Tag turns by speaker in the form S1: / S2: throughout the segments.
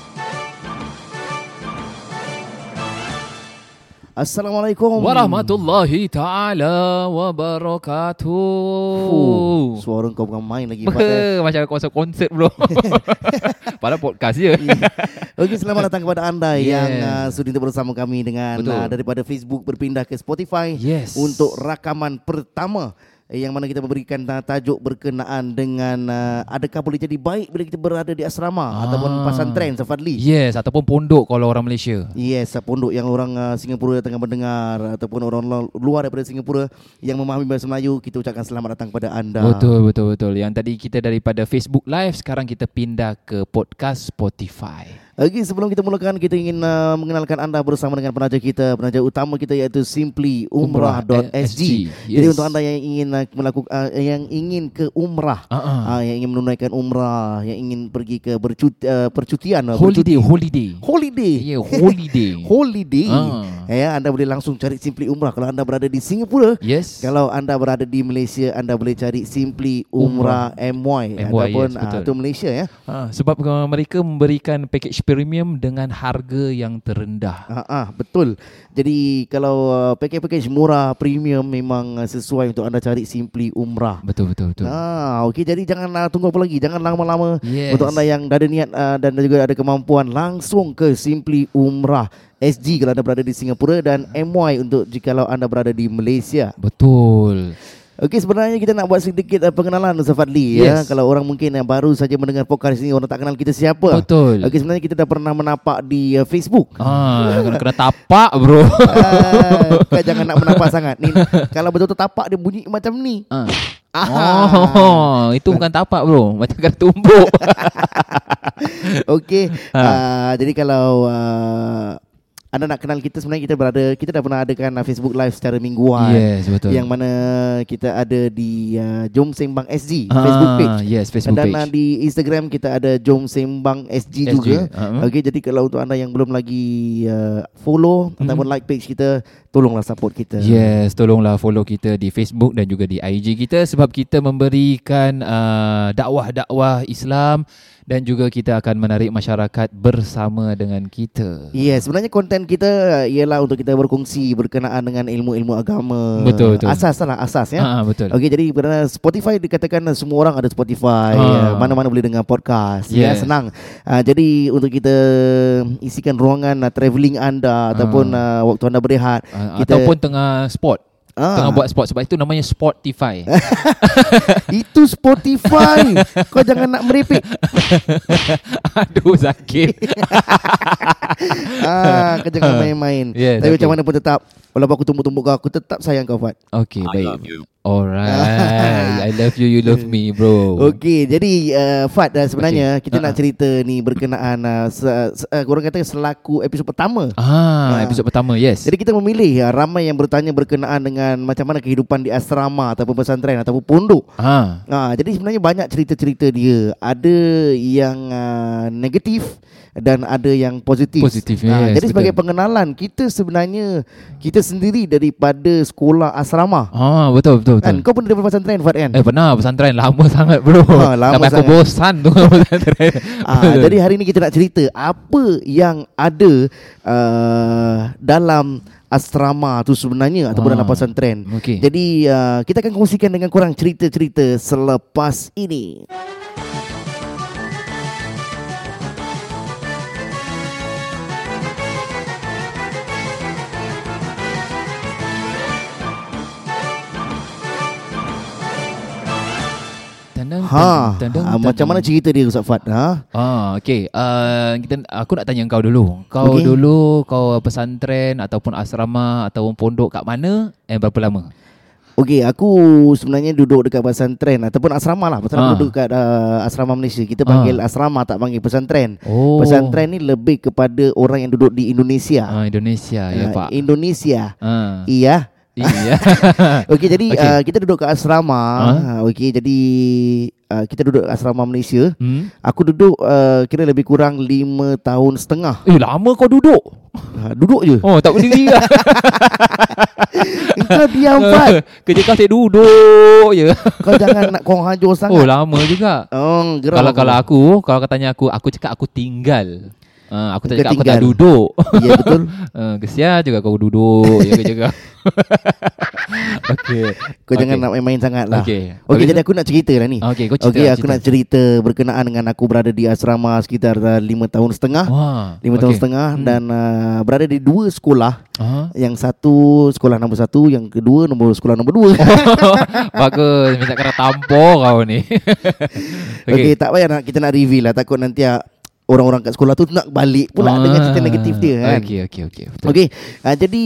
S1: Oh.
S2: Assalamualaikum
S1: Warahmatullahi taala
S2: Fuh,
S1: wabarakatuh.
S2: Suara kau bukan main lagi eh. Fatah.
S1: Beh, macam konsert konsert bro. Pada podcast je.
S2: Okey selamat datang kepada anda
S1: Yeah.
S2: yang uh, sudi untuk bersama kami dengan
S1: Betul.
S2: uh, daripada Facebook berpindah ke Spotify
S1: Yes.
S2: untuk rakaman pertama eh, yang mana kita memberikan uh, tajuk berkenaan dengan uh, adakah boleh jadi baik bila kita berada di asrama
S1: Ah.
S2: ataupun pesantren Safadli.
S1: Yes, ataupun pondok kalau orang Malaysia.
S2: Yes, pondok yang orang uh, Singapura tengah mendengar ataupun orang lu- luar daripada Singapura yang memahami bahasa Melayu, kita ucapkan selamat datang kepada anda.
S1: Betul betul betul. Yang tadi kita daripada Facebook Live sekarang kita pindah ke podcast Spotify.
S2: Okey, sebelum kita mulakan, kita ingin uh, mengenalkan anda bersama dengan penaja kita, penaja utama kita iaitu Simply Umrah.sg.
S1: Umrah.sg,
S2: Jadi
S1: yes.
S2: untuk anda yang ingin uh, melakukan uh, yang ingin ke umrah,
S1: Ah, ah.
S2: uh, yang ingin menunaikan umrah, yang ingin pergi ke bercuti, uh, percutian, uh,
S1: Holiday
S2: bercuti.
S1: holiday.
S2: holiday.
S1: Ya, yeah, holiday.
S2: Holiday.
S1: Ah.
S2: Ya, anda boleh langsung cari Simply Umrah kalau anda berada di Singapura.
S1: Yes.
S2: Kalau anda berada di Malaysia, anda boleh cari Simply Umrah MY,
S1: MY,
S2: ataupun
S1: yes,
S2: ah,
S1: betul.
S2: tu Malaysia ya.
S1: Ha, sebab uh, mereka memberikan package premium dengan harga yang terendah.
S2: Ah, ah betul. Jadi kalau uh, package-package murah premium memang uh, sesuai untuk anda cari Simply Umrah.
S1: Betul betul betul.
S2: Ah, okey jadi jangan uh, tunggu apa lagi, jangan lama-lama.
S1: Yes.
S2: Untuk anda yang dah ada niat uh, dan juga ada kemampuan langsung ke Simply Umrah SG kalau anda berada di Singapura dan MY untuk jikalau anda berada di Malaysia.
S1: Betul.
S2: Okey sebenarnya kita nak buat sedikit uh, pengenalan Ustaz Fadli ya.
S1: Yes.
S2: Kalau orang mungkin yang baru saja mendengar podcast ini orang tak kenal kita siapa.
S1: Betul.
S2: Okey sebenarnya kita dah pernah menapak di uh, Facebook.
S1: Ah, kena, kena tapak bro.
S2: Ah, Kau jangan nak menapak sangat ni, Kalau betul-betul tapak dia bunyi macam ni
S1: Ah.
S2: Ah.
S1: Oh, itu bukan tapak bro, macam kena tumbuk.
S2: Okey
S1: Ha.
S2: Ah, Jadi kalau ah, anda nak kenal kita sebenarnya kita berada Kita dah pernah adakan ah, Facebook Live secara mingguan
S1: yes, betul.
S2: Yang mana kita ada di ah, Jom Sembang SG Facebook
S1: Ah,
S2: page
S1: Yes, Facebook
S2: Dan ah,
S1: page.
S2: di Instagram kita ada Jom Sembang SG,
S1: SG,
S2: juga.
S1: ah.
S2: Okey, jadi kalau untuk anda yang belum lagi ah, follow ataupun like page kita, tolonglah support kita.
S1: Mm-hmm. Yes, tolonglah follow kita di Facebook dan juga di IG kita sebab kita memberikan uh, dakwah-dakwah Islam dan juga kita akan menarik masyarakat bersama dengan kita.
S2: Ya, yeah, sebenarnya konten kita uh, ialah untuk kita berkongsi berkenaan dengan ilmu-ilmu agama.
S1: Betul, betul.
S2: Asas lah, asas ya.
S1: Ah, betul.
S2: Okey, jadi kerana Spotify dikatakan semua orang ada Spotify,
S1: Ah.
S2: ya, mana-mana boleh dengar podcast. Ya,
S1: Yeah.
S2: senang. Ah, jadi untuk kita isikan ruangan ah, travelling anda ataupun ah, waktu anda berehat,
S1: Ah,
S2: kita
S1: Ha. ataupun tengah sport.
S2: Ah.
S1: Tengah buat sport sebab itu namanya Spotify.
S2: itu Spotify. Kau jangan nak merepek.
S1: Aduh sakit.
S2: Ah, kau jangan main-main.
S1: Yes,
S2: Tapi
S1: okay.
S2: macam mana pun tetap walaupun aku tumbuk-tumbuk kau, aku tetap sayang kau, Fat.
S1: Okay, baik. Alright. I love you, you love me, bro.
S2: Okey, jadi uh, Fat uh, sebenarnya okay. kita uh-huh. nak cerita ni berkenaan uh, se, se, uh, korang kata selaku episod pertama. Uh-huh.
S1: Ah,
S2: Ah.
S1: episod pertama, yes.
S2: Jadi kita memilih uh, ramai yang bertanya berkenaan dengan macam mana kehidupan di asrama ataupun pesantren ataupun pondok.
S1: Ah,
S2: Ha, jadi sebenarnya banyak cerita-cerita dia. Ada yang uh, negatif dan ada yang positif.
S1: Positif,
S2: Ah,
S1: yes,
S2: jadi sebagai
S1: betul.
S2: pengenalan kita sebenarnya kita sendiri daripada sekolah asrama.
S1: ah betul betul betul.
S2: Kan kau pun daripada pesantren Fat kan?
S1: Eh pernah pesantren lama sangat bro.
S2: Ah, lama
S1: Sampai aku
S2: sangat.
S1: bosan tu dengan pesantren.
S2: Ah, jadi hari ini kita nak cerita apa yang ada uh, dalam asrama tu sebenarnya ataupun
S1: Ah,
S2: dalam pesantren.
S1: okey.
S2: Jadi uh, kita akan kongsikan dengan korang cerita-cerita selepas ini.
S1: Tandang,
S2: Ha,
S1: tandang,
S2: ah, macam mana cerita dia Ustaz Fat? Ha?
S1: Ah, okay. Uh, kita, aku nak tanya kau dulu. Kau
S2: Okey.
S1: okay. dulu kau pesantren ataupun asrama ataupun pondok kat mana dan berapa lama?
S2: Okey, aku sebenarnya duduk dekat pesantren ataupun asrama lah. Pasal
S1: Ah.
S2: aku duduk dekat uh, asrama Malaysia. Kita panggil asrama tak panggil pesantren.
S1: Oh.
S2: Pesantren ni lebih kepada orang yang duduk di Indonesia.
S1: Ah, Indonesia ya
S2: Ah,
S1: pak.
S2: Indonesia.
S1: Ah.
S2: Iya.
S1: Iya.
S2: Okey jadi okay.
S1: Okey.
S2: Uh, kita duduk kat asrama.
S1: Ha?
S2: Huh? Okey jadi uh, kita duduk kat asrama Malaysia.
S1: hmm?
S2: Aku duduk uh, kira lebih kurang 5 tahun setengah.
S1: Eh lama kau duduk.
S2: Ha, duduk je.
S1: Oh tak berdiri lah.
S2: Kau diam Fat.
S1: Kerja kau asyik duduk je.
S2: Kau jangan nak kong hancur
S1: Oh
S2: sangat.
S1: lama juga.
S2: Oh, geram.
S1: Kalau kalau aku, kalau kau tanya aku, aku cakap aku tinggal. Uh, aku tak
S2: Dia
S1: cakap kau tak
S2: tinggal.
S1: duduk.
S2: Ya betul.
S1: Uh, kesian juga kau duduk. Jaga-jaga. okay.
S2: Kau jangan
S1: Okay.
S2: nak main-main sangat lah.
S1: Okay.
S2: Okey,
S1: Habis
S2: jadi
S1: tu?
S2: aku nak cerita lah ni.
S1: Okay, kau cerita.
S2: Okey, aku nak cerita berkenaan dengan aku berada di asrama sekitar 5 tahun setengah.
S1: Wah.
S2: 5 okay. tahun setengah hmm. dan uh, berada di dua sekolah.
S1: Uh-huh.
S2: Yang satu sekolah nombor satu, yang kedua nombor sekolah nombor dua.
S1: Bagus. Minta kena tampar kau ni.
S2: Okey, okay, tak payah nak kita nak reveal lah takut nanti ah, orang-orang kat sekolah tu nak balik pula dengan cerita negatif dia kan.
S1: Ah. Okey, okey, okey. Betul.
S2: Okey, uh, jadi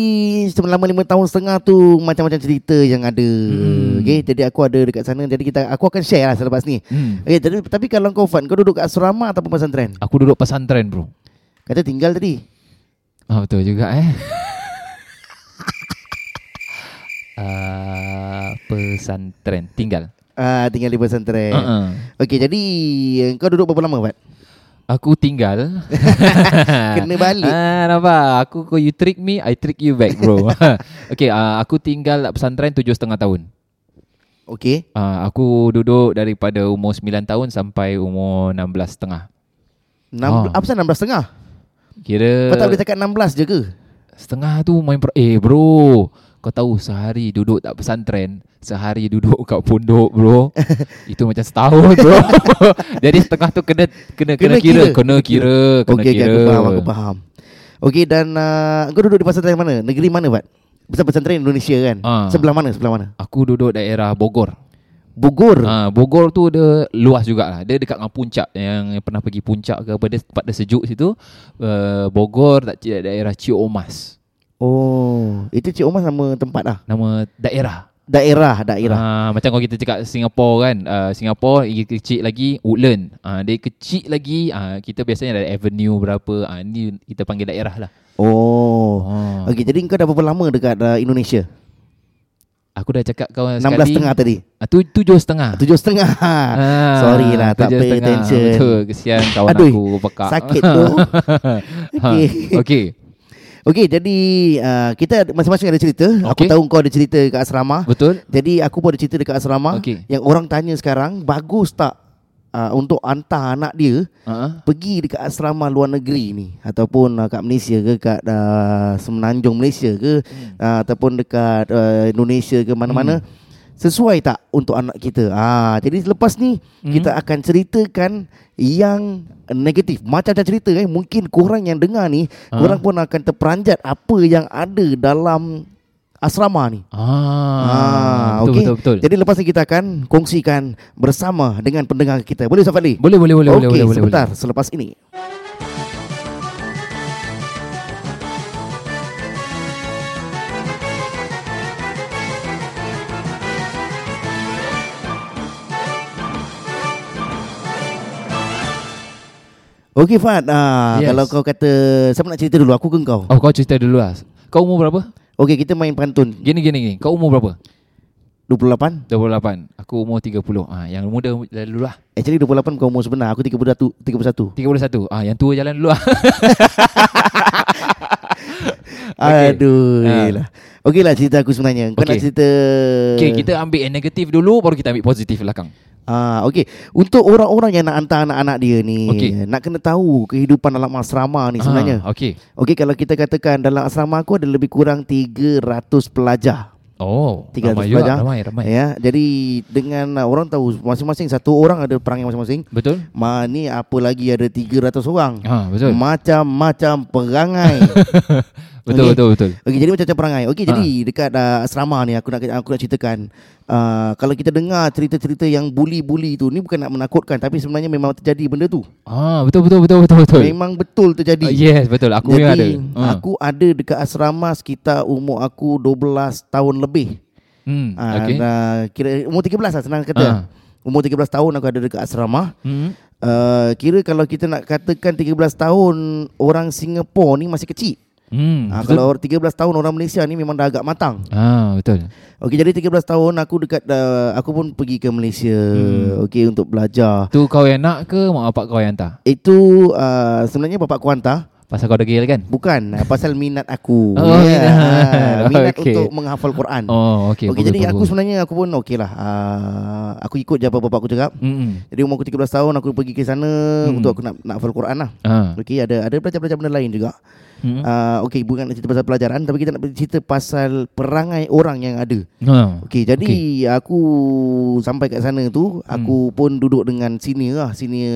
S2: selama lima tahun setengah tu macam-macam cerita yang ada. Hmm. Okey, jadi aku ada dekat sana. Jadi kita aku akan share lah selepas ni.
S1: Hmm.
S2: Okey, jadi tapi kalau kau Fan, kau duduk kat asrama ataupun pesantren?
S1: Aku duduk pesantren, bro.
S2: Kata tinggal tadi.
S1: Ah betul juga eh. uh, pesantren tinggal. eh.
S2: Ah, tinggal di pesantren. Uh-uh.
S1: Uh-uh.
S2: Okey, jadi eh, kau duduk berapa lama, Fat?
S1: Aku tinggal.
S2: Kena balik.
S1: Ah, nampak? Aku kau you trick me, I trick you back, bro. okay, uh, aku tinggal kat pesantren tujuh setengah tahun.
S2: Okey.
S1: Uh, aku duduk daripada umur 9 tahun sampai umur 16 setengah.
S2: Enam,
S1: Ah. Eh.
S2: Apa pasal 16 setengah?
S1: Kira
S2: Kau tak boleh cakap 16 je ke?
S1: Setengah tu main per- Eh bro Kau tahu sehari duduk tak pesantren Sehari duduk kat pondok bro Itu macam setahun bro Jadi setengah tu kena Kena, kena, kira. Kena kira Kena
S2: Okey, okey,
S1: kira
S2: aku faham, aku faham. Okey, dan uh, kau duduk di pesantren mana? Negeri mana, Fat? Besar pesantren Indonesia kan?
S1: Ah.
S2: Sebelah mana? Sebelah mana?
S1: Aku duduk daerah Bogor
S2: Bogor.
S1: ha, Bogor tu dia luas jugalah Dia dekat dengan puncak Yang pernah pergi puncak ke apa Dia tempat dia sejuk situ uh, Bogor tak cik- daerah Cik Omas
S2: Oh, itu Cik Omar sama tempat lah.
S1: Nama daerah
S2: Daerah, daerah.
S1: Ah, macam kalau kita cakap Singapura kan, uh, Singapura dia kecil lagi Woodland. Ah, dia kecil lagi ah, kita biasanya ada avenue berapa. Ah, ni kita panggil daerah lah.
S2: Oh.
S1: Oh.
S2: Okey, jadi kau dah berapa lama dekat uh, Indonesia?
S1: Aku dah cakap kau
S2: 16
S1: sekali.
S2: setengah tadi.
S1: Ah, tu, tujuh setengah.
S2: Tujuh setengah.
S1: Ah,
S2: Sorry lah, tak
S1: tujuh
S2: pay
S1: setengah.
S2: attention.
S1: Betul, kesian kawan
S2: Aduh,
S1: aku Ha, bekak.
S2: sakit tu.
S1: okay.
S2: Okey.
S1: okay.
S2: Okey, jadi uh, kita ada- masing-masing ada cerita. Aku
S1: Okey.
S2: tahu kau ada cerita dekat asrama.
S1: Betul?
S2: Jadi aku pun ada cerita dekat asrama
S1: Okey.
S2: yang orang tanya sekarang bagus tak uh, untuk hantar anak dia
S1: Ah,
S2: pergi dekat asrama luar negeri ni ataupun uh, kat Malaysia ke kat uh, Semenanjung Malaysia ke
S1: Hmm.
S2: uh, ataupun dekat uh, Indonesia ke mana-mana sesuai tak untuk anak kita. Ah jadi selepas ni
S1: Hmm.
S2: kita akan ceritakan yang negatif. Macam-macam cerita eh mungkin korang yang dengar ni
S1: Ah.
S2: korang pun akan terperanjat apa yang ada dalam asrama ni.
S1: Ah, betul,
S2: okey.
S1: betul, betul.
S2: Jadi lepas ni kita akan kongsikan bersama dengan pendengar kita. Boleh Ustaz Fadli?
S1: Boleh, boleh, boleh, boleh,
S2: Okey,
S1: boleh, boleh.
S2: sebentar selepas ini. Okey Fad, ah, yes.
S1: Yes.
S2: kalau kau kata siapa nak cerita dulu aku ke kau?
S1: Oh, kau cerita dulu lah. Kau umur berapa?
S2: Okey, kita main pantun.
S1: Gini, gini, gini. Kau umur berapa?
S2: 28.
S1: 28. Aku umur 30. Ah, yang muda dulu lah.
S2: Actually 28 kau umur sebenar, aku 31. 31.
S1: 31. Ah, yang tua jalan dulu lah.
S2: Okay.
S1: Okey.
S2: Aduh
S1: Ha.
S2: ha. lah. Okey lah cerita aku sebenarnya Kau okay. nak
S1: Okey.
S2: cerita Eh.
S1: Okay, kita ambil yang negatif dulu baru kita ambil positif belakang.
S2: ah, okay. Untuk orang-orang yang nak hantar anak-anak dia ni
S1: Okey.
S2: Nak kena tahu kehidupan dalam asrama ni sebenarnya
S1: Ah, okay.
S2: Okey kalau kita katakan dalam asrama aku ada lebih kurang 300 pelajar
S1: Oh,
S2: 300
S1: ramai juga.
S2: pelajar.
S1: Ramai, ramai.
S2: Ya, Jadi dengan ah, orang tahu masing-masing satu orang ada perangai masing-masing
S1: Betul?
S2: Ma ni apa lagi ada 300 orang
S1: Ah, betul.
S2: Macam-macam perangai
S1: betul,
S2: Okey.
S1: betul, betul.
S2: Okey jadi macam-macam perangai. Okey
S1: Ha.
S2: jadi dekat uh, asrama ni aku nak aku nak ceritakan uh, kalau kita dengar cerita-cerita yang bully-bully tu ni bukan nak menakutkan tapi sebenarnya memang terjadi benda tu.
S1: Ah, betul, betul, betul, betul, betul.
S2: Memang betul
S1: Ah,
S2: terjadi.
S1: yes, betul. Aku
S2: jadi,
S1: punya ada. Ah.
S2: Aku ada dekat asrama sekitar umur aku 12 tahun lebih.
S1: hmm,
S2: Ah,
S1: okay.
S2: dah kira umur 13 lah senang kata.
S1: Ah.
S2: Umur 13 tahun aku ada dekat asrama.
S1: Hmm.
S2: Uh, kira kalau kita nak katakan 13 tahun orang Singapura ni masih kecil.
S1: Hmm,
S2: Ah,
S1: betul.
S2: kalau 13 tahun orang Malaysia ni memang dah agak matang.
S1: Ah, betul.
S2: Okey jadi 13 tahun aku dekat uh, aku pun pergi ke Malaysia hmm. okey untuk belajar.
S1: Tu kau yang nak ke mak bapak kau yang hantar?
S2: Itu uh, sebenarnya bapak ku hantar
S1: Pasal kau degil kan?
S2: Bukan ah, pasal minat aku.
S1: Oh, minat.
S2: Ah, minat
S1: Okey.
S2: untuk menghafal Quran.
S1: Oh,
S2: Okey,
S1: okey.
S2: Kan. okay, jadi aku sebenarnya aku pun okey lah. Uh, aku ikut je apa bapak aku cakap.
S1: Hmm.
S2: Jadi umur aku 13 tahun aku pergi ke sana
S1: Hmm.
S2: hmm. untuk aku nak nak hafal Quran lah.
S1: Ha.
S2: Okey, ada ada pelajar-pelajar benda lain juga.
S1: Hmm.
S2: Uh, okey, bukan nak cerita pasal pelajaran tapi kita nak cerita pasal perangai orang yang ada.
S1: Ha.
S2: Okey, jadi aku sampai kat sana tu,
S1: Hmm.
S2: aku pun duduk dengan senior lah, senior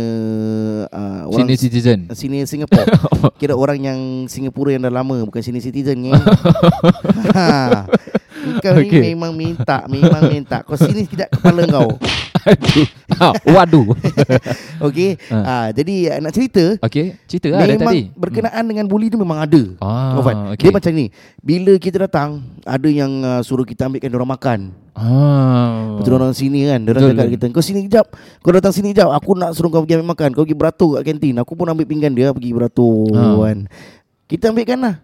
S2: uh, orang
S1: Senior citizen.
S2: senior Singapore. Kira orang yang Singapura yang dah lama bukan senior citizen ni. ha. Kau
S1: Okey.
S2: ni memang minta, memang minta. Kau sini sekejap kepala kau.
S1: Aduh. Ha, waduh.
S2: Okey. Ha. jadi uh, nak cerita
S1: Okey, cerita lah dari
S2: memang
S1: tadi.
S2: berkenaan dengan bully tu memang ada.
S1: Ah,
S2: Taufan.
S1: okey.
S2: Dia macam ni. Bila kita datang, ada yang uh, suruh kita ambilkan orang makan.
S1: Ah.
S2: Betul orang sini kan Dia orang
S1: Betul.
S2: cakap kita Kau sini kejap Kau datang sini kejap Aku nak suruh kau pergi ambil makan Kau pergi beratur kat kantin Aku pun ambil pinggan dia Pergi beratur
S1: Ha.
S2: kan Kita ambilkan lah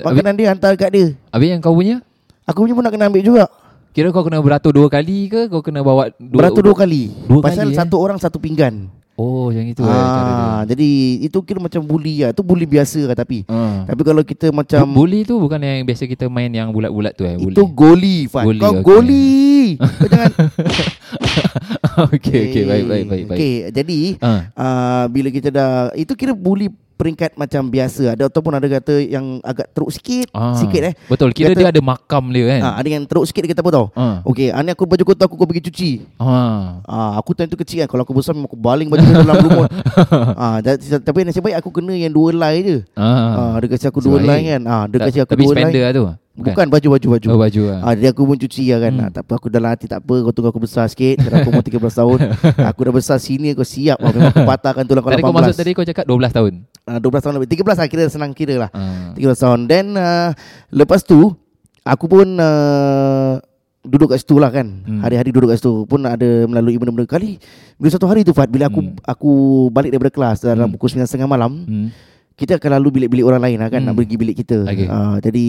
S2: Makanan dia hantar kat dia
S1: Habis yang kau punya?
S2: Aku punya pun nak kena ambil juga
S1: Kira kau kena beratur dua kali ke kau kena bawa dua
S2: Beratur dua kali
S1: dua
S2: Pasal
S1: kali, eh?
S2: satu orang satu pinggan
S1: Oh, yang itu ah. eh cara dia.
S2: ah, Jadi itu kira macam bully lah Itu bully biasa lah tapi
S1: Ah.
S2: Tapi kalau kita
S1: Macam
S2: macam
S1: bully tu bukan yang biasa kita main yang bulat-bulat tu eh, bully.
S2: Itu goli Fan
S1: Goli,
S2: Kau
S1: okey.
S2: goli Kau jangan
S1: okey okey baik baik baik baik.
S2: Okay jadi
S1: Ah.
S2: uh, bila kita dah itu kira bully peringkat macam biasa ada ataupun ada kata yang agak teruk sikit
S1: Ah.
S2: sikit eh
S1: Betul. Kira
S2: Kata-
S1: dia ada makam dia kan.
S2: ha, ada yang teruk sikit dia kata apa tau
S1: Ah.
S2: Okey, ani aku baju kotor aku kau pergi cuci.
S1: Ah.
S2: Ah, aku time tu kecil kan. Kalau aku besar memang aku baling baju kotor dalam rumah. ah, da- tapi nasib baik aku kena yang dua lai je. Ah,
S1: Ah.
S2: dia kasi aku dua
S1: Sebab
S2: lai
S1: ni-
S2: kan. Ah, dia
S1: Ta-
S2: kasi aku
S1: tapi
S2: dua
S1: spender
S2: lai.
S1: lah tu.
S2: Bukan baju baju baju.
S1: Oh, baju ah.
S2: Ah, jadi aku pun cuci lah kan hmm. ah, Tak apa aku dalam hati tak apa Kau tunggu aku besar sikit Kalau aku umur 13 tahun Aku dah besar sini Kau siap ah, Memang aku patahkan tulang kau
S1: Tadi
S2: 18
S1: kau masuk tadi kau cakap 12 tahun.
S2: uh, 12 tahun lebih 13 lah kira senang kira lah 13
S1: Ah.
S2: tahun Then uh, Lepas tu Aku pun uh, Duduk kat situ lah kan
S1: Hmm.
S2: Hari-hari duduk kat situ Pun ada melalui benda-benda Kali Bila satu hari tu Fad Bila aku
S1: Hmm.
S2: aku balik daripada kelas Dalam
S1: Hmm.
S2: pukul 9.30 malam
S1: Hmm.
S2: Kita akan lalu bilik-bilik orang lain lah kan
S1: Hmm.
S2: Nak pergi bilik kita
S1: Okey.
S2: Ah, Jadi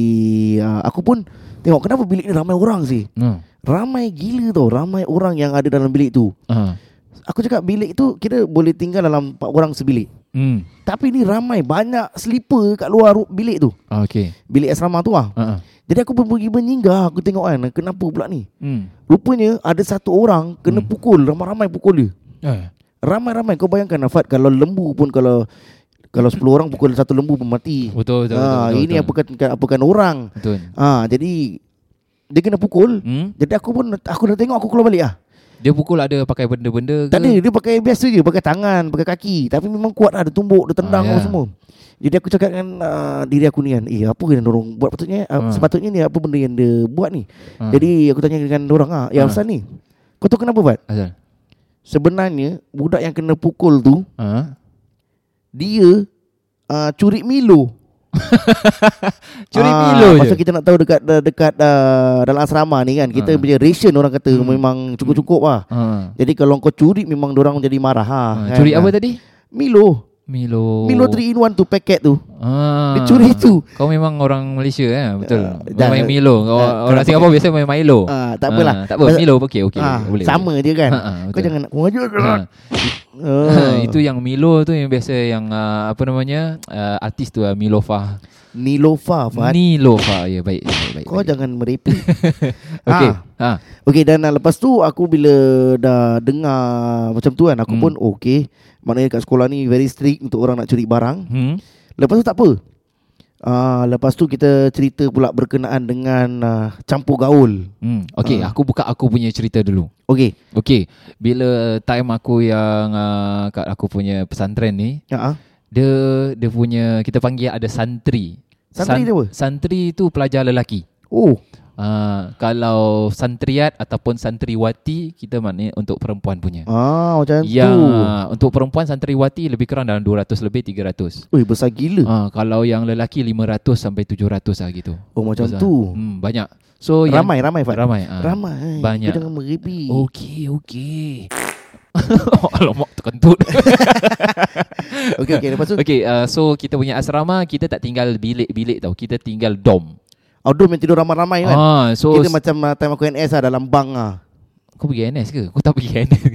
S2: uh, Aku pun Tengok kenapa bilik ni ramai orang sih
S1: Ah.
S2: Ramai gila tau Ramai orang yang ada dalam bilik tu
S1: Ah.
S2: Aku cakap bilik tu Kita boleh tinggal dalam 4 orang sebilik
S1: Hmm.
S2: tapi ni ramai Banyak sleeper kat luar ru- bilik tu
S1: Ah, Okey.
S2: Bilik asrama tu lah
S1: Ah. ah.
S2: Jadi aku pun pergi menyinggah Aku tengok kan Kenapa pula ni
S1: Hmm.
S2: Rupanya ada satu orang Kena
S1: Hmm.
S2: pukul Ramai-ramai pukul dia
S1: Ah.
S2: Ramai-ramai Kau bayangkan Afat Kalau lembu pun Kalau kalau 10 orang pukul satu lembu pun mati
S1: Betul betul. betul,
S2: Ah,
S1: betul,
S2: Ini
S1: betul.
S2: apakan, apakan orang
S1: Betul.
S2: ah, Jadi Dia kena pukul
S1: Hmm?
S2: Jadi aku pun Aku dah tengok aku keluar balik lah
S1: Dia pukul ada pakai benda-benda ke?
S2: Tak ada Dia pakai biasa je Pakai tangan Pakai kaki Tapi memang kuat lah Dia tumbuk Dia tendang
S1: Ah,
S2: ah,
S1: ya.
S2: semua Jadi aku cakap dengan uh, Diri aku ni kan Eh apa yang dorong buat patutnya uh,
S1: Ah.
S2: Sepatutnya ni Apa benda yang dia buat ni
S1: Ah.
S2: Jadi aku tanya dengan dorang ah, Ya
S1: Ah.
S2: Afsan ni Kau tahu kenapa Fat?
S1: Azal.
S2: Sebenarnya Budak yang kena pukul tu
S1: Ah.
S2: Dia uh, Curi Milo
S1: Curi
S2: Ah,
S1: Milo je.
S2: Pasal kita nak tahu dekat Dekat uh, dalam asrama ni kan Kita
S1: Ah.
S2: punya ration orang kata
S1: Hmm.
S2: Memang cukup-cukup lah
S1: Ah.
S2: Jadi kalau kau curi Memang orang jadi marah ha,
S1: Ah,
S2: kan?
S1: Curi
S2: Ah.
S1: apa tadi?
S2: Milo
S1: Milo.
S2: Milo 3 in 1 tu paket tu
S1: Oh. Ah.
S2: Dia curi tu.
S1: Kau memang orang Malaysia eh, betul.
S2: Ah,
S1: Uh,
S2: dah-
S1: main Milo. Kau,
S2: ah,
S1: orang
S2: kenapa-
S1: Singapura biasa main Milo.
S2: Ah, tak apalah.
S1: Ah, tak apa.
S2: Pasal-
S1: Milo okey okey.
S2: ah,
S1: boleh.
S2: Sama dia kan
S1: Ha, ha,
S2: Kau
S1: betul.
S2: jangan nak Ah, Kau
S1: Ha.
S2: jangan
S1: Ha, itu yang Milo tu yang biasa yang ah, apa namanya? ah, artis tu ah, Milofa.
S2: Nilofa Fahad
S1: Nilofa. Ya baik baik baik.
S2: Kau
S1: baik.
S2: jangan merepek
S1: Okey.
S2: Ah.
S1: Ha.
S2: Okay dan ah, lepas tu Aku bila dah dengar Macam tu kan Aku
S1: Hmm.
S2: pun oh, okay Maknanya kat sekolah ni Very strict Untuk orang nak curi barang
S1: Hmm.
S2: Lepas tu tak apa Ah, lepas tu kita cerita pula berkenaan dengan ah, campur gaul.
S1: Hmm. Okey,
S2: Ah.
S1: aku buka aku punya cerita dulu.
S2: Okey.
S1: Okey, bila time aku yang uh, kat aku punya pesantren ni,
S2: Ha ah.
S1: dia dia punya kita panggil ada santri.
S2: Santri dia apa?
S1: Santri tu pelajar lelaki.
S2: Oh,
S1: Uh, kalau santriat ataupun santriwati kita maknanya untuk perempuan punya.
S2: ah macam
S1: Ya,
S2: tu.
S1: untuk perempuan santriwati lebih kurang dalam 200 lebih 300.
S2: Ui, besar gila.
S1: Uh, kalau yang lelaki 500 sampai 700 lah gitu.
S2: Oh, macam
S1: Besar.
S2: tu.
S1: Hmm, banyak. So yang-
S2: Ramai ramai Fat.
S1: ramai. ah.
S2: Ramai
S1: Banyak. Oh.
S2: Kau jangan meripi
S1: Okey, okey. Alamak terkentut.
S2: Okey okey lepas tu
S1: Okey, uh, so kita punya asrama kita tak tinggal bilik-bilik tau. Kita tinggal dom.
S2: Outdoor yang tidur ramai-ramai kan
S1: Ah, so
S2: ah, Kita macam uh, time aku NS lah dalam bang lah
S1: Kau pergi NS ke? Kau tak pergi NS ke?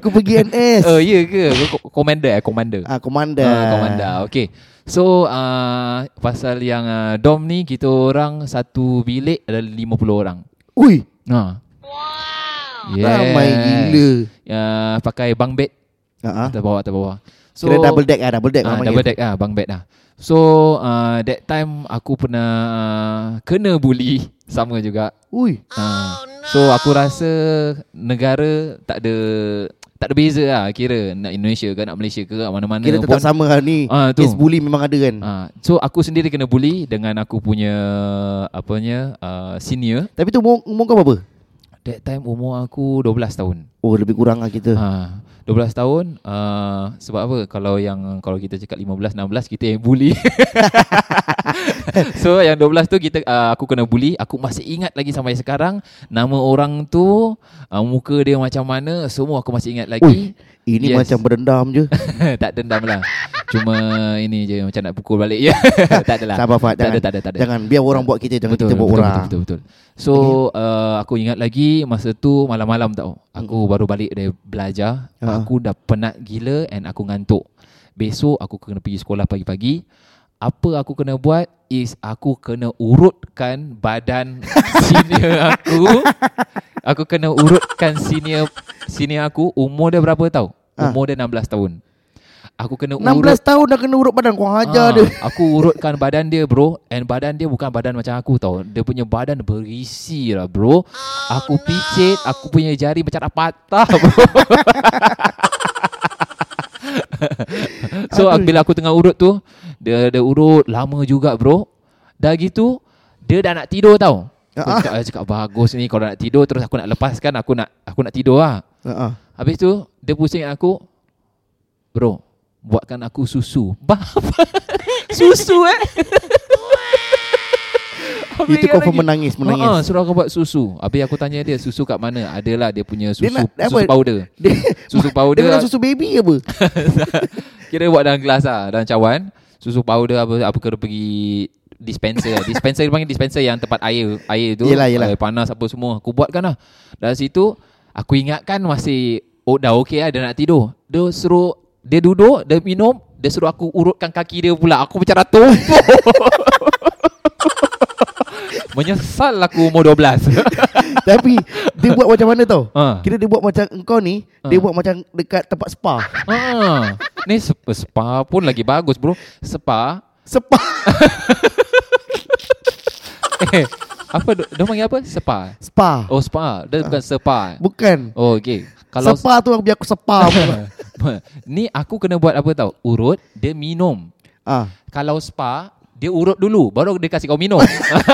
S2: Aku pergi NS.
S1: Oh, ya ke? Kau ko- Commander eh? Commander.
S2: Ah, komander.
S1: Ah, Commander. Okay. So, uh, pasal yang uh, Dom ni, kita orang satu bilik ada 50 orang.
S2: Ui,
S1: Ha. Wow. Yes.
S2: ramai gila.
S1: Uh, pakai bunk bed
S2: Ha ah.
S1: atas bawah atas bawah.
S2: So, Kira double deck ah, double deck
S1: Ah,
S2: orang
S1: double
S2: panggil.
S1: deck ah, bang bed ah. So uh, that time aku pernah uh, kena bully sama juga.
S2: Ui.
S1: Oh, no. So aku rasa negara tak ada tak ada beza lah kira nak Indonesia ke nak Malaysia ke nak mana-mana
S2: Kira tetap
S1: pun.
S2: sama hal ni.
S1: Ah, tu.
S2: Kes bully memang ada kan.
S1: Ah, so aku sendiri kena bully dengan aku punya ah, apanya uh, senior.
S2: Tapi tu umur, umur kau berapa?
S1: That time umur aku 12 tahun.
S2: Oh, lebih kurang lah kita.
S1: Ha, 12 tahun uh, sebab apa kalau yang kalau kita cakap 15 16 kita yang bully. so yang 12 tu kita uh, aku kena bully, aku masih ingat lagi sampai sekarang nama orang tu, uh, muka dia macam mana, semua aku masih ingat lagi.
S2: Ini
S1: Yes.
S2: macam berendam je.
S1: tak dendam lah. Cuma ini je macam nak pukul balik je. tak adalah.
S2: Sabar Fat,
S1: tak
S2: jangan.
S1: ada tak ada tak ada.
S2: Jangan biar orang buat kita, jangan kita buat
S1: betul,
S2: orang.
S1: Betul, betul, betul. So uh, aku ingat lagi masa tu malam-malam tau. Aku baru balik dari belajar.
S2: Ha.
S1: Aku dah penat gila and aku ngantuk. Besok aku kena pergi sekolah pagi-pagi. Apa aku kena buat is aku kena urutkan badan senior aku. Aku kena urutkan senior senior aku. Umur dia berapa tau?
S2: Ha.
S1: Umur dia 16 tahun. Aku kena
S2: 16
S1: urut
S2: tahun dah kena urut badan kau hajar
S1: Ah,
S2: dia.
S1: Aku urutkan badan dia bro And badan dia bukan badan macam aku tau Dia punya badan berisi lah bro Aku picit Aku punya jari macam nak patah bro So aku,
S2: Aduh.
S1: bila aku tengah urut tu Dia, dia urut lama juga bro Dah gitu Dia dah nak tidur tau Aku
S2: Ah.
S1: cakap, aku cakap bagus ni kalau nak tidur terus aku nak lepaskan aku nak aku nak tidur lah.
S2: Ha ah.
S1: Habis tu dia pusing aku Bro Buatkan aku susu Bapa Susu eh Habis
S2: Itu
S1: ingat
S2: confirm
S1: lagi. Ah,
S2: menangis,
S1: Ha-ha,
S2: menangis.
S1: suruh aku buat susu Habis aku tanya dia Susu kat mana Adalah dia punya susu
S2: Dia nak- dia apa?
S1: Susu powder
S2: Dia
S1: Susu
S2: dia
S1: powder lah,
S2: minum susu baby apa?
S1: Kira buat dalam gelas lah Dalam cawan Susu powder apa Apa kena pergi Dispenser lah. Dispenser dia panggil dispenser Yang tempat air Air tu
S2: Yelah, yelah.
S1: Air panas apa semua Aku buatkan lah Dari situ Aku ingatkan masih Oh dah okey lah Dia nak tidur Dia suruh Dia duduk Dia minum Dia suruh aku urutkan kaki dia pula Aku macam dah tumpuk Menyesal aku umur 12
S2: Tapi dia buat macam mana tau?
S1: Ha.
S2: Kira dia buat macam engkau ni, dia
S1: Ha.
S2: buat macam dekat tempat spa.
S1: ah, Ni spa, spa pun lagi bagus bro Spa
S2: Spa.
S1: Eh, apa dia dia panggil apa? Spa.
S2: Spa.
S1: Oh, spa. Dia bukan spa.
S2: Bukan.
S1: Oh, okey. Kalau
S2: Ah. spa tu aku biar aku spa. pula.
S1: ni aku kena buat apa tahu? Urut, dia minum.
S2: ah.
S1: Kalau spa, dia urut dulu baru dia kasih kau minum.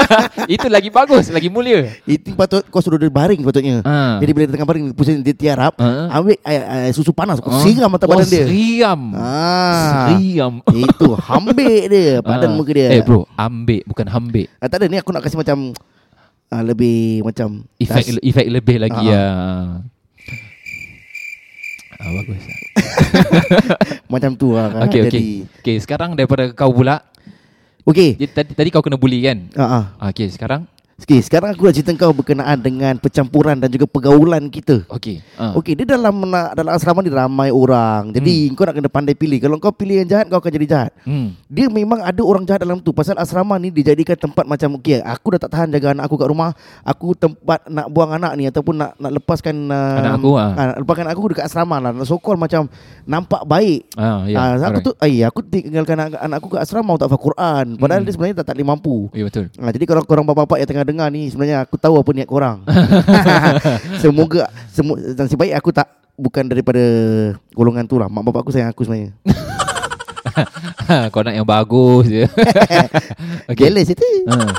S1: Itu lagi bagus, lagi mulia.
S2: Itu patut kau suruh dia baring patutnya.
S1: Ha.
S2: Jadi bila dia tengah baring pusing dia tiarap,
S1: Ha.
S2: ambil air, air susu panas kau
S1: Ah.
S2: siram atas badan
S1: oh,
S2: dia.
S1: Seriam.
S2: Ah.
S1: Seriam.
S2: Itu hambik dia badan
S1: Ah.
S2: muka dia.
S1: Eh bro, ambek bukan hambek.
S2: Ah, tak ada ni aku nak kasi macam ah, lebih macam
S1: Efek
S2: das-
S1: efek lebih
S2: Ah,
S1: lagi ya. Ah, bagus.
S2: macam tu lah. kan.
S1: Okey okey.
S2: Jadi
S1: Okey, sekarang daripada kau pula.
S2: okey.
S1: Dia- Tadi, tadi kau kena bully kan?
S2: Ha ah.
S1: Ah, Okey, sekarang
S2: Okey, sekarang aku nak cerita kau berkenaan dengan percampuran dan juga pergaulan kita.
S1: okey. Ah.
S2: Okey, dia dalam mena- dalam asrama ni ramai orang. Jadi kau nak kena pandai pilih. Kalau kau pilih yang jahat, kau akan jadi jahat.
S1: Hmm.
S2: Dia memang ada orang jahat dalam tu. Pasal asrama ni dijadikan tempat macam okey, aku dah tak tahan jaga anak aku kat rumah. Aku tempat nak buang anak ni ataupun nak nak lepaskan uh,
S1: Anak aku, ah.
S2: nak lepaskan anak aku dekat asrama lah. Nak sokol macam nampak baik.
S1: Ah, ya.
S2: Ah,
S1: alright.
S2: aku tu ai aku tinggalkan anak, anak aku kat asrama tak hafal Quran.
S1: Hmm.
S2: Padahal dia sebenarnya tak taklim mampu.
S1: Ya betul.
S2: Ha, jadi kalau korang bapak-bapak yang tengah dengar ni sebenarnya aku tahu apa niat korang. Semoga semu, nasib baik aku tak bukan daripada golongan tu lah. Mak bapak aku sayang aku sebenarnya.
S1: kau nak yang bagus je.
S2: Okay. Jealous itu.
S1: Ah.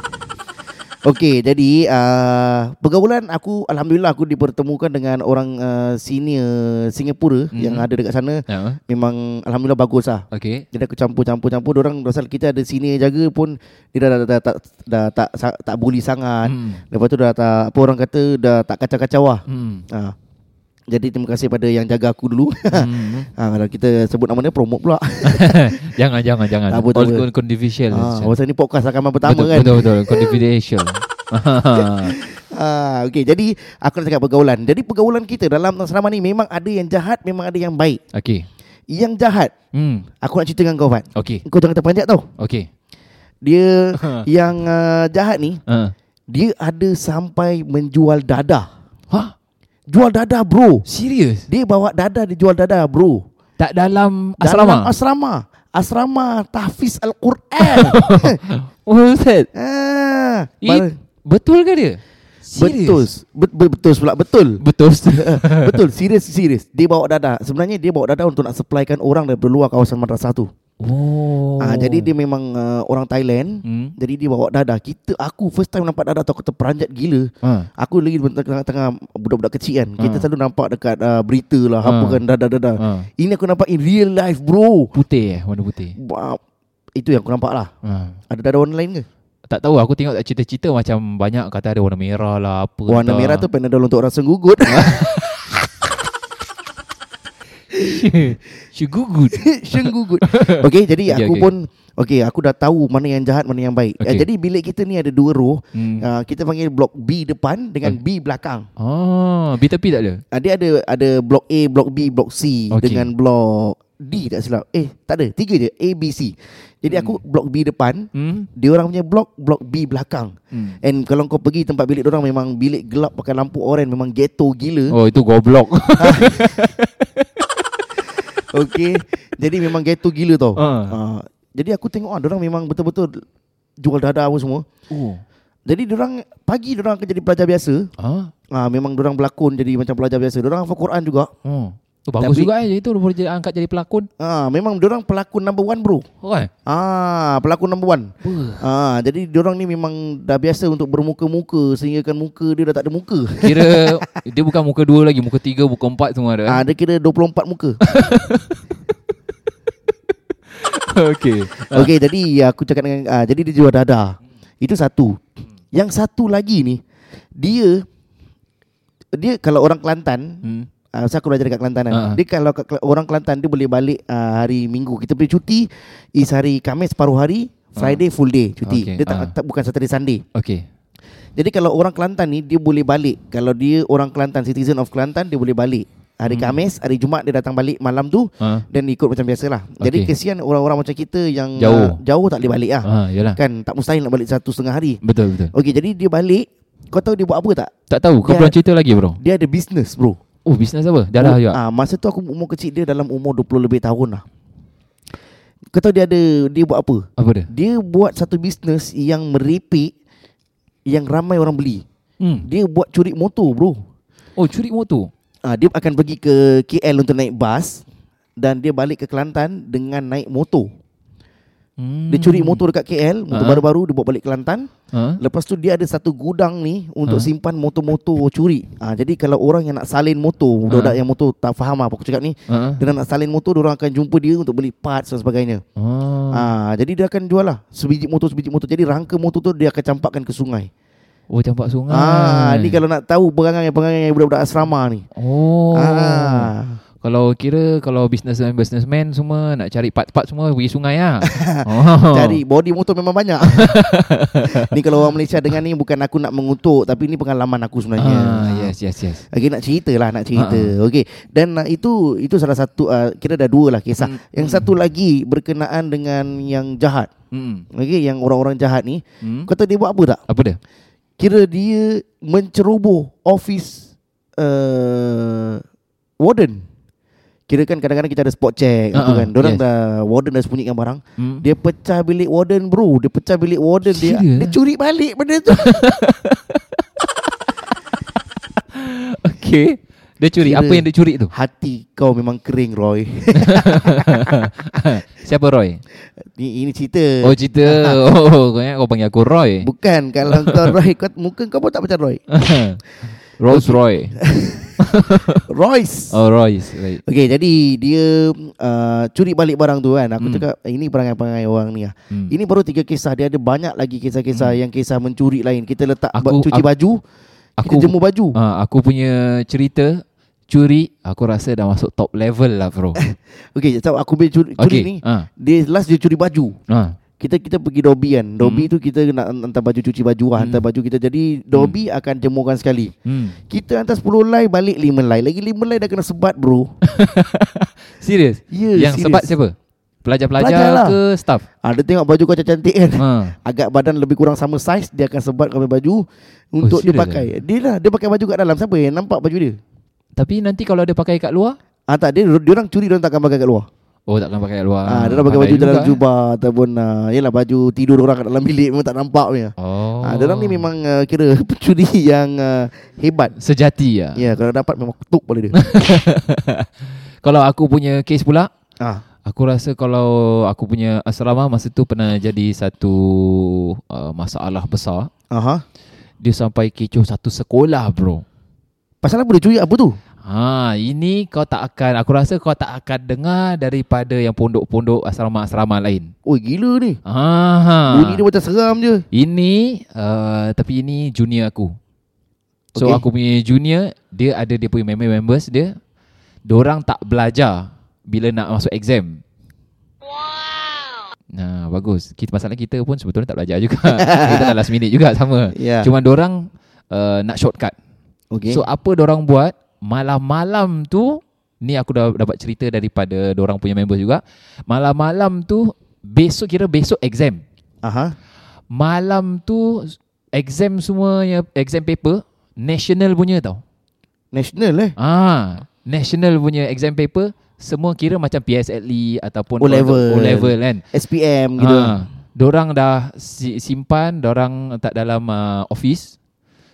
S2: Okey, jadi uh, pergaulan aku alhamdulillah aku dipertemukan dengan orang uh, senior Singapura
S1: Mhm.
S2: yang ada dekat sana
S1: Ah.
S2: memang alhamdulillah bagus lah.
S1: Okey.
S2: Jadi aku campur-campur-campur orang pasal kita ada senior jaga pun dia dah, dah, dah, tak dah tak sa- tak bully sangat.
S1: Hmm.
S2: Lepas tu dah tak apa orang kata dah tak kacau-kacau lah.
S1: Hmm.
S2: Ha. Jadi terima kasih pada yang jaga aku dulu.
S1: Hmm.
S2: ha, kalau kita sebut nama dia promote pula.
S1: jangan jangan jangan.
S2: Tak apa, tak
S1: All
S2: apa.
S1: con- controversial.
S2: ha, pasal ni podcast rakaman pertama
S1: betul,
S2: kan.
S1: Betul betul controversial.
S2: Ha, Ah, okey. Jadi aku nak cakap pergaulan. Jadi pergaulan kita dalam asrama ni memang ada yang jahat, memang ada yang baik.
S1: Okey.
S2: Yang jahat,
S1: Hmm.
S2: aku nak cerita dengan kau Fat.
S1: Okey.
S2: Kau jangan terpanjat tau.
S1: Okey.
S2: Dia yang uh, jahat ni,
S1: Ha.
S2: dia ada sampai menjual dadah.
S1: Ha.
S2: Jual dadah, bro.
S1: Serius?
S2: Dia bawa dadah, dia jual dadah, bro.
S1: Tak dalam
S2: Dalam
S1: asrama.
S2: asrama. Asrama tahfiz Al-Quran.
S1: oh, Ustaz.
S2: ah,
S1: It, betul ke dia?
S2: betul.
S1: Serius?
S2: Bet, bet, betul pula, betul.
S1: Betul. Ustaz.
S2: betul, serius serius. Dia bawa dadah. Sebenarnya dia bawa dadah untuk nak supplykan orang daripada luar kawasan madrasah tu.
S1: oh.
S2: Ah, jadi dia memang uh, orang Thailand.
S1: Hmm.
S2: Jadi dia bawa dadah. Kita aku first time nampak dadah tu aku terperanjat gila.
S1: Ha.
S2: Aku lagi tengah-tengah budak-budak kecil kan. Kita
S1: Ah.
S2: selalu nampak dekat uh, berita lah
S1: Ah.
S2: apa kan dadah-dadah.
S1: Ha.
S2: Ini aku nampak in real life, bro.
S1: Putih eh, warna putih.
S2: Wah, itu yang aku nampak lah.
S1: Ha.
S2: Ada dadah warna lain ke?
S1: Tak tahu aku tengok tak cerita-cerita macam banyak kata ada warna merah lah apa
S2: Warna
S1: entah.
S2: merah tu Panadol untuk orang senggugut
S1: Syugugut.
S2: Senggugut Okay jadi
S1: Okay,
S2: aku
S1: okay.
S2: pun Okay aku dah tahu Mana yang jahat Mana yang baik okay.
S1: Okay.
S2: Jadi bilik kita ni ada dua row
S1: Hmm. Eh.
S2: uh, Kita panggil blok B depan Dengan B belakang
S1: Ah, B tepi tak ada?
S2: uh, Dia ada ada blok A Blok B Blok C
S1: Okay.
S2: Dengan blok D tak silap Eh tak ada Tiga je A B C Jadi aku blok B depan
S1: Hmm.
S2: Dia orang punya blok Blok B belakang
S1: Hmm.
S2: And kalau kau pergi tempat bilik orang Memang bilik gelap Pakai lampu oren Memang ghetto gila
S1: Oh itu goblok.
S2: Okay Jadi memang ghetto gila tau
S1: Ah.
S2: Ah, Jadi aku tengok ah, Diorang memang betul-betul Jual dadah apa semua
S1: oh.
S2: Jadi diorang Pagi diorang akan jadi pelajar biasa
S1: Ah.
S2: ah, Memang diorang berlakon Jadi macam pelajar biasa Diorang hafal Quran juga
S1: Oh. Tu bagus
S2: Tapi-
S1: juga eh itu boleh jadi angkat jadi pelakon.
S2: ah, Memang diorang pelakon number one bro
S1: Oh kan?
S2: Ah, pelakon number one ah, Jadi diorang ni memang Dah biasa untuk bermuka-muka Sehinggakan muka dia dah tak ada muka
S1: Kira dia bukan muka dua lagi, muka tiga, muka empat semua ada.
S2: ah, Dia kira 24 muka
S1: Okey.
S2: Okay jadi aku cakap dengan ah, Jadi dia jual dadah Itu satu Yang satu lagi ni Dia Dia kalau orang Kelantan
S1: Hmm.
S2: Uh, saya aku belajar dekat Kelantan kan.
S1: Ah.
S2: Dia kalau kat, Kel- orang Kelantan dia boleh balik uh, hari Minggu. Kita boleh cuti is hari Khamis separuh hari, Friday full day cuti.
S1: Ah. Okay,
S2: Dia tak,
S1: ah.
S2: tak bukan Saturday Sunday.
S1: Okey.
S2: Jadi kalau orang Kelantan ni dia boleh balik. Kalau dia orang Kelantan citizen of Kelantan dia boleh balik. Hari hmm. Khamis, hari Jumaat dia datang balik malam tu
S1: Ha.
S2: dan ikut macam biasalah. Jadi
S1: Okay.
S2: kesian orang-orang macam kita yang ah,
S1: Jauh.
S2: jauh tak boleh balik lah.
S1: Ha, yalah.
S2: Kan tak mustahil nak balik satu setengah hari.
S1: Betul betul.
S2: Okey, jadi dia balik. Kau tahu dia buat apa tak?
S1: Tak tahu kau
S2: Dia-
S1: belum cerita lagi bro.
S2: Dia ada bisnes, bro.
S1: Oh, bisnes apa? Darah
S2: Oh,
S1: juga.
S2: Ah, masa tu aku umur kecil dia dalam umur 20 lebih tahun lah. Kau tahu dia ada dia buat apa?
S1: Apa dia?
S2: Dia buat satu bisnes yang merepek yang ramai orang beli.
S1: Hmm.
S2: Dia buat curi motor, bro.
S1: Oh, curi motor.
S2: Ah, dia akan pergi ke KL untuk naik bas dan dia balik ke Kelantan dengan naik motor.
S1: Hmm.
S2: Dia curi motor dekat KL, motor
S1: Ah.
S2: baru-baru dia bawa balik Kelantan.
S1: Ha?
S2: Lepas tu dia ada satu gudang ni untuk
S1: Ah.
S2: simpan motor-motor curi. Ah, jadi kalau orang yang nak salin motor, budak-budak
S1: Hmm.
S2: yang motor tak faham apa aku cakap ni,
S1: Ha.
S2: dia nak salin motor Diorang akan jumpa dia Untuk beli parts dan sebagainya
S1: Ah.
S2: Ah, Jadi dia akan jual lah Sebiji motor-sebiji motor Jadi rangka motor tu Dia akan campakkan ke sungai
S1: Oh campak sungai.
S2: ah, Ni kalau nak tahu Perangai-perangai budak-budak asrama ni
S1: Oh.
S2: ah.
S1: Kalau kira kalau businessman businessman semua nak cari part-part semua pergi sungai lah. oh.
S2: Cari body motor memang banyak Ni kalau orang Malaysia dengar ni Bukan aku nak mengutuk Tapi ni pengalaman aku sebenarnya
S1: Ah, yes Ah, yes yes.
S2: Okay nak cerita lah Nak cerita Okay Dan uh, itu Itu salah satu uh, Kira dah dua lah kisah
S1: Hmm.
S2: Yang satu lagi Berkenaan dengan Yang jahat
S1: Hmm.
S2: Okay yang orang-orang jahat ni
S1: hmm.
S2: Kau tahu dia buat apa tak?
S1: Apa dia?
S2: Kira dia menceroboh office uh, warden. Kira kan kadang-kadang kita ada spot check uh-huh.
S1: Ah,
S2: kan. Diorang
S1: yes.
S2: dah warden dah sembunyikan barang.
S1: Hmm.
S2: Dia pecah bilik warden bro. Dia pecah bilik warden dia.
S1: Serious?
S2: Dia curi balik benda tu.
S1: Okay. Dia curi
S2: Kira-
S1: apa yang dia curi tu?
S2: Hati kau memang kering Roy.
S1: Siapa Roy?
S2: ini, ini cerita.
S1: Oh cerita. Oh kau ingat kau panggil aku Roy.
S2: Bukan kalau kau Roy kau, muka kau pun tak macam Roy.
S1: Rolls Roy.
S2: Royce.
S1: Oh Royce. Right.
S2: Okay jadi dia uh, curi balik barang tu kan. Aku
S1: Hmm.
S2: cakap eh, ini perangai-perangai orang ni lah.
S1: Hmm.
S2: Ini baru tiga kisah Dia ada banyak lagi kisah-kisah Yang kisah mencuri lain Kita letak
S1: Aku-
S2: aku, cuci
S1: aku-
S2: baju Kita
S1: aku
S2: jemur baju
S1: ah, aku punya cerita curi aku rasa dah masuk top level lah bro.
S2: Okay so aku punya curi, curi
S1: okay.
S2: ni
S1: Ah.
S2: Dia last dia curi baju
S1: Ah.
S2: kita kita pergi dobi kan. Dobi
S1: Hmm.
S2: tu kita nak hantar baju cuci baju lah, hantar baju kita. Jadi dobi akan jemukan sekali.
S1: Hmm.
S2: Kita hantar 10 lai balik 5 lai. Lagi 5 lai dah kena sebat bro.
S1: Serius?
S2: Ya, serius.
S1: Yang sebat siapa? Pelajar-pelajar
S2: Pelajar lah.
S1: ke staff?
S2: Ah dia tengok baju kau cantik kan.
S1: Ha.
S2: Agak badan lebih kurang sama saiz dia akan sebat kau punya baju untuk dia
S1: Oh, serious eh?
S2: pakai. Dia lah dia pakai baju kat dalam. Siapa yang nampak baju dia?
S1: Tapi nanti kalau ada pakai kat luar?
S2: Ah tak dia dia orang curi dia orang takkan pakai kat luar.
S1: Oh takkan pakai kat luar.
S2: Ah, dia orang pakai baju
S1: juga,
S2: dalam
S1: eh.
S2: jubah ataupun ah, yalah baju tidur orang kat dalam bilik memang tak nampak punya.
S1: Oh.
S2: Ah, dia orang ni memang ah, kira pencuri yang ah, hebat.
S1: sejati ya.
S2: Ya, kalau dapat memang kutuk pada dia.
S1: Kalau aku punya case pula,
S2: ah,
S1: aku rasa kalau aku punya asrama masa tu pernah jadi satu uh, masalah besar.
S2: aha.
S1: Dia sampai kecoh satu sekolah, bro.
S2: Pasal apa dia curi apa tu?
S1: Ha, ini kau tak akan aku rasa kau tak akan dengar daripada yang pondok-pondok asrama-asrama lain.
S2: Oi, gila ni.
S1: Ha.
S2: Bunyi dia macam seram je.
S1: Ini uh, tapi ini junior aku. So
S2: Okay.
S1: okay. aku punya junior dia ada dia punya member members dia. Diorang tak belajar bila nak masuk exam. Nah, bagus. Kita masalah kita pun sebetulnya tak belajar juga. kita kan last minute juga sama.
S2: Ya.
S1: Cuma diorang uh, nak shortcut.
S2: Okey.
S1: Okay. So apa diorang buat malam-malam tu ni aku dah dapat cerita daripada diorang punya members juga. Malam-malam tu besok kira besok exam
S2: aha.
S1: malam tu exam semuanya exam paper national punya tau.
S2: National eh.
S1: Ah, national punya exam paper semua kira macam PSLE E ataupun
S2: O-level.
S1: O level kan.
S2: SPM gitu.
S1: Ha, dorang dah si- simpan, dorang tak dalam uh, office.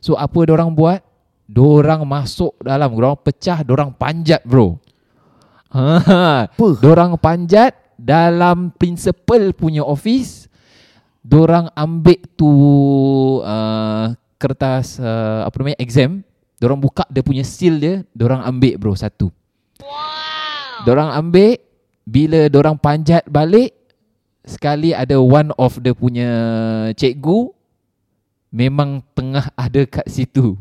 S1: So apa dorang buat? Dorang masuk dalam, dorang pecah, dorang panjat bro. Ha,
S2: Apa?
S1: dorang panjat dalam principal punya office. Dorang ambil tu uh, kertas uh, apa namanya exam. Dorang buka dia punya seal dia, dorang ambil bro satu. Dorang ambil bila dorang panjat balik sekali ada one of the punya cikgu memang tengah ada kat situ.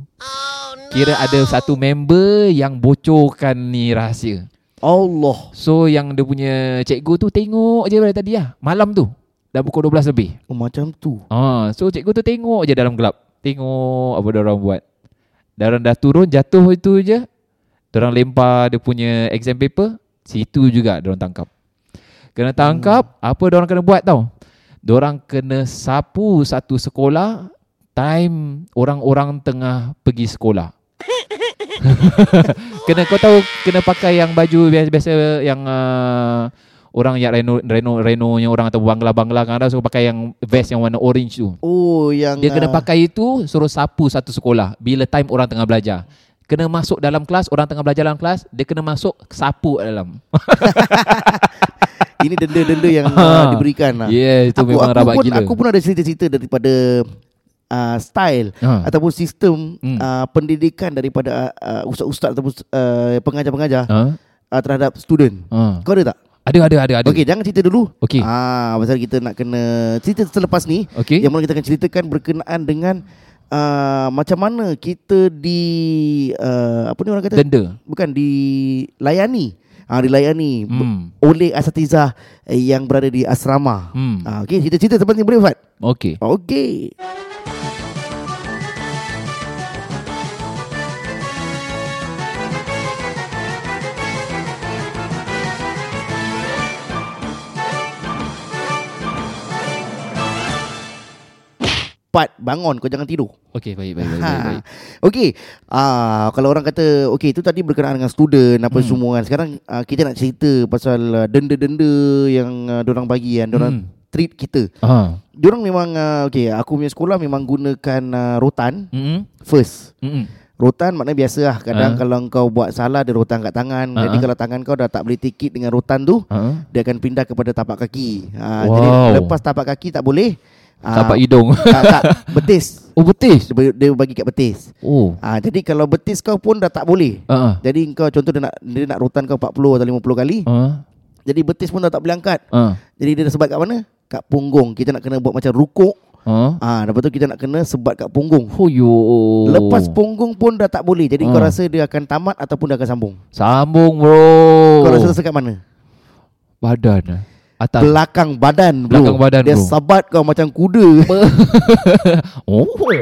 S1: Kira ada satu member yang bocorkan ni rahsia.
S2: Allah.
S1: So yang dia punya cikgu tu tengok je dari tadi lah. Malam tu. Dah pukul 12 lebih.
S2: Oh, macam tu.
S1: Ah, so cikgu tu tengok je dalam gelap. Tengok apa orang buat. Darang dah turun jatuh itu je. Orang lempar dia punya exam paper, situ juga orang tangkap. Kena tangkap, hmm. apa orang kena buat tau? Orang kena sapu satu sekolah time orang-orang tengah pergi sekolah. kena kau tahu kena pakai yang baju biasa biasa yang uh, orang yang reno reno reno yang orang atau bangla-bangla kan ada suka pakai yang vest yang warna orange tu.
S2: Oh, yang
S1: Dia kena
S2: ah,
S1: pakai itu suruh sapu satu sekolah bila time orang tengah belajar. Kena masuk dalam kelas, orang tengah belajar dalam kelas, dia kena masuk sapu dalam.
S2: Ini denda-denda yang
S1: Ah.
S2: ah, diberikan lah.
S1: Yeah, Ya, itu memang
S2: aku
S1: rabak
S2: pun,
S1: gila.
S2: Aku pun ada cerita-cerita daripada uh, style
S1: Ha.
S2: ataupun sistem
S1: Hmm.
S2: uh, pendidikan daripada uh, uh, ustaz-ustaz ataupun uh, pengajar-pengajar
S1: Ha?
S2: uh, terhadap student.
S1: Ha.
S2: Kau ada tak?
S1: Ada ada ada ada.
S2: Okey, jangan cerita dulu.
S1: Okey.
S2: Ah, pasal kita nak kena cerita selepas ni
S1: Okey.
S2: yang mana kita akan ceritakan berkenaan dengan uh, macam mana kita di uh, apa ni orang kata?
S1: Denda.
S2: Bukan dilayani. Ah, dilayani b-
S1: Hmm.
S2: oleh asatizah eh, yang berada di asrama.
S1: Hmm.
S2: Ah, okey, kita cerita selepas ni boleh Fat?
S1: Okey.
S2: Okey. Pat, bangun kau jangan tidur.
S1: Okey, baik baik baik baik.
S2: Ha.
S1: baik.
S2: Okey. Ah kalau orang kata okey itu tadi berkenaan dengan student apa hmm. semua kan. Sekarang ah, kita nak cerita pasal ah, denda-denda yang ah, orang bagi kan, orang
S1: Hmm.
S2: treat kita.
S1: Ha.
S2: Diorang memang uh, okay, aku punya sekolah memang gunakan uh, rotan
S1: Hmm.
S2: first.
S1: Hmm.
S2: Rotan maknanya biasa lah Kadang
S1: Ah.
S2: kalau kau buat salah Ada rotan kat tangan
S1: Ah,
S2: Jadi
S1: ah.
S2: kalau tangan kau dah tak boleh tikit dengan rotan tu
S1: Ha.
S2: Dia akan pindah kepada tapak kaki ha,
S1: Wow.
S2: Jadi lepas tapak kaki tak boleh ah,
S1: Tapak hidung.
S2: tak, tak, betis
S1: Oh betis.
S2: dia, bagi- dia bagi kat betis
S1: Oh.
S2: ha, Jadi kalau betis kau pun dah tak boleh
S1: Ha.
S2: Jadi kau contoh dia nak, dia nak rotan kau 40 atau 50 kali
S1: Ha.
S2: Jadi betis pun dah tak boleh angkat
S1: Ha.
S2: Jadi dia dah sebat kat mana? Kat punggung Kita nak kena buat macam rukuk Ah,
S1: Ha.
S2: ha, lepas tu kita nak kena sebat kat punggung.
S1: Oh yo.
S2: Lepas punggung pun dah tak boleh. Jadi kau
S1: Ah.
S2: rasa dia akan tamat ataupun dia akan sambung.
S1: Sambung
S2: Kau
S1: bro.
S2: rasa rasa kat mana?
S1: badan. eh? Atas.
S2: belakang badan bro.
S1: Belakang badan,
S2: Dia
S1: bro.
S2: sabat kau macam kuda.
S1: Oh.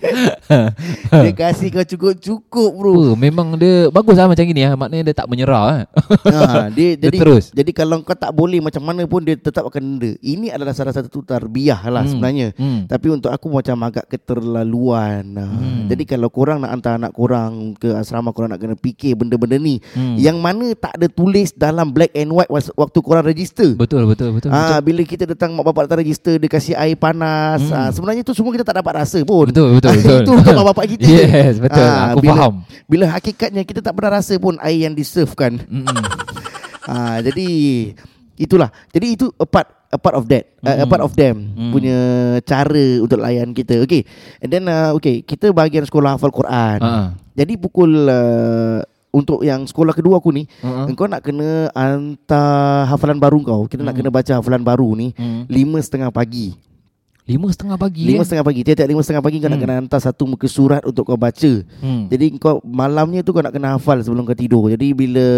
S2: dia kasih kau cukup-cukup bro.
S1: Apa, memang dia bagus lah macam gini ah. Maknanya dia tak menyerah ah.
S2: ha, dia
S1: Dia
S2: jadi
S1: terus.
S2: jadi kalau kau tak boleh macam mana pun dia tetap akan denda. Ini adalah salah satu tarbiyah lah
S1: Hmm.
S2: hmm. sebenarnya.
S1: Hmm.
S2: Tapi untuk aku macam agak keterlaluan.
S1: Hmm.
S2: Hmm. Jadi kalau korang nak hantar anak korang ke asrama korang nak kena fikir benda-benda ni hmm.
S1: Hmm.
S2: yang mana tak ada tulis dalam black and white was- waktu korang register.
S1: Betul betul betul.
S2: Ah bila kita datang mak bapak datang register dia kasih air panas.
S1: Hmm.
S2: Ah sebenarnya tu semua kita tak dapat rasa pun.
S1: Betul betul betul.
S2: Itu bukan mak bapak kita.
S1: Yes, betul.
S2: Ah,
S1: Aku
S2: bila-
S1: faham.
S2: Bila hakikatnya kita tak pernah rasa pun air yang diservekan.
S1: Mm-mm.
S2: Ah jadi itulah. Jadi itu a part a part of that. Uh, a part of them
S1: Mm.
S2: punya cara untuk layan kita. Okay. And then uh, okay, kita bahagian sekolah hafal Quran.
S1: Ah.
S2: Jadi pukul uh, untuk yang sekolah kedua aku ni,
S1: Ah.
S2: engkau nak kena hantar hafalan baru kau. Kita nak kena baca hafalan baru ni
S1: Mm.
S2: lima setengah pagi.
S1: Lima setengah pagi.
S2: Lima
S1: eh?
S2: setengah pagi. Tiap-tiap lima setengah pagi kau nak
S1: Hmm.
S2: kena hantar satu muka surat untuk kau baca.
S1: Hmm.
S2: Jadi kau malamnya tu kau nak kena hafal sebelum kau tidur. Jadi bila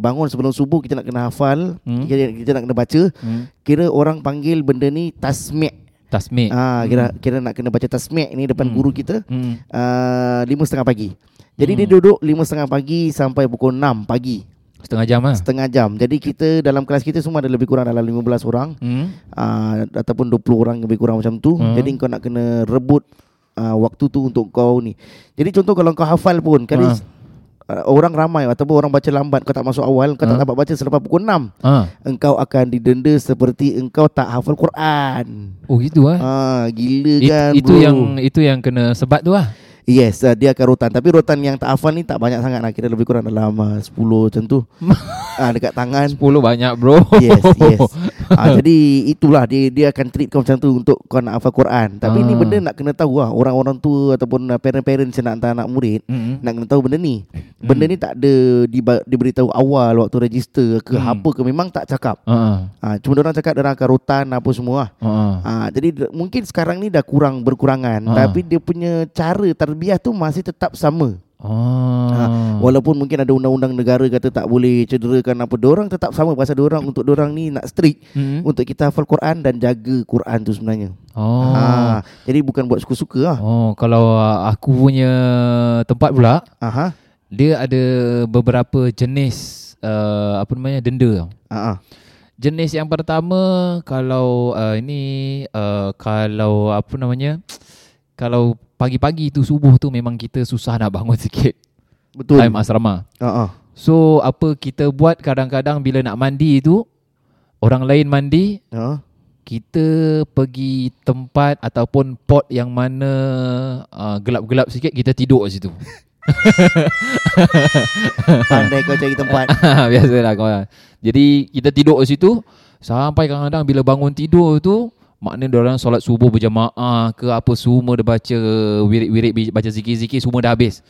S2: bangun sebelum subuh kita nak kena hafal,
S1: Hmm.
S2: kita, kita nak kena baca.
S1: Hmm.
S2: Kira orang panggil benda ni tasmi'.
S1: Tasmik.
S2: Ah kira kira nak kena baca tasmi' ni depan
S1: Hmm.
S2: guru kita
S1: Hmm.
S2: ah, lima setengah pagi. Jadi
S1: Hmm.
S2: dia duduk lima setengah pagi sampai pukul enam pagi
S1: Setengah jam ah.
S2: Setengah jam Jadi kita dalam kelas kita semua ada lebih kurang dalam 15 orang
S1: Hmm.
S2: uh, Ataupun 20 orang lebih kurang macam tu
S1: Hmm.
S2: hmm. Jadi kau nak kena rebut uh, waktu tu untuk kau ni Jadi contoh kalau kau hafal pun Kali
S1: Ah.
S2: uh, orang ramai ataupun orang baca lambat Kau tak masuk awal Kau
S1: Ah.
S2: tak dapat baca selepas pukul 6
S1: Ah.
S2: Engkau akan didenda seperti engkau tak hafal Quran
S1: Oh gitu ah.
S2: Ah, gila
S1: It,
S2: kan
S1: itu
S2: bro.
S1: yang itu yang kena sebat tu ah.
S2: Yes uh, dia akan rotan Tapi rotan yang tak hafal ni tak banyak sangat lah Kira lebih kurang dalam uh, 10 macam tu uh, Dekat tangan
S1: 10 banyak bro.
S2: Yes, yes. Ah, jadi itulah dia dia akan treat kau macam tu untuk kau nak hafal Quran. Tapi ni
S1: Ah.
S2: benda nak kena tahu lah orang-orang tua ataupun ah, parent-parents yang nak hantar anak murid
S1: Mm-mm.
S2: nak kena tahu benda ni.
S1: Hmm.
S2: Benda ni tak ada diba- diberitahu awal waktu register ke
S1: Hmm.
S2: apa ke memang tak cakap.
S1: Ah.
S2: Ah, cuma orang cakap orang akan rotan apa semua lah.
S1: Ah.
S2: Ah, jadi d- mungkin sekarang ni dah kurang berkurangan
S1: Ah.
S2: tapi dia punya cara tarbiyah tu masih tetap sama.
S1: Ah.
S2: Walaupun mungkin ada undang-undang negara kata tak boleh cederakan apa, orang tetap sama pasal orang untuk orang ni nak strict
S1: Mm.
S2: untuk kita hafal Quran dan jaga Quran tu sebenarnya.
S1: Oh.
S2: Ha, jadi bukan buat suka-suka lah.
S1: Oh, kalau ah, aku punya tempat pula,
S2: Aha.
S1: dia ada beberapa jenis uh, apa namanya denda. tau.
S2: Aha.
S1: Jenis yang pertama kalau uh, ini uh, kalau apa namanya kalau pagi-pagi tu subuh tu memang kita susah nak bangun sikit
S2: Betul.
S1: time asrama.
S2: Ha.
S1: So apa kita buat kadang-kadang bila nak mandi tu orang lain mandi
S2: Ha.
S1: kita pergi tempat ataupun pot yang mana uh, gelap-gelap sikit kita tidur kat situ.
S2: Pandai kau cari tempat.
S1: Biasalah kawan. Jadi kita tidur kat situ sampai kadang-kadang bila bangun tidur tu maknanya orang solat subuh berjamaah ke apa semua dia baca wirid-wirid bi- baca zikir-zikir semua dah habis.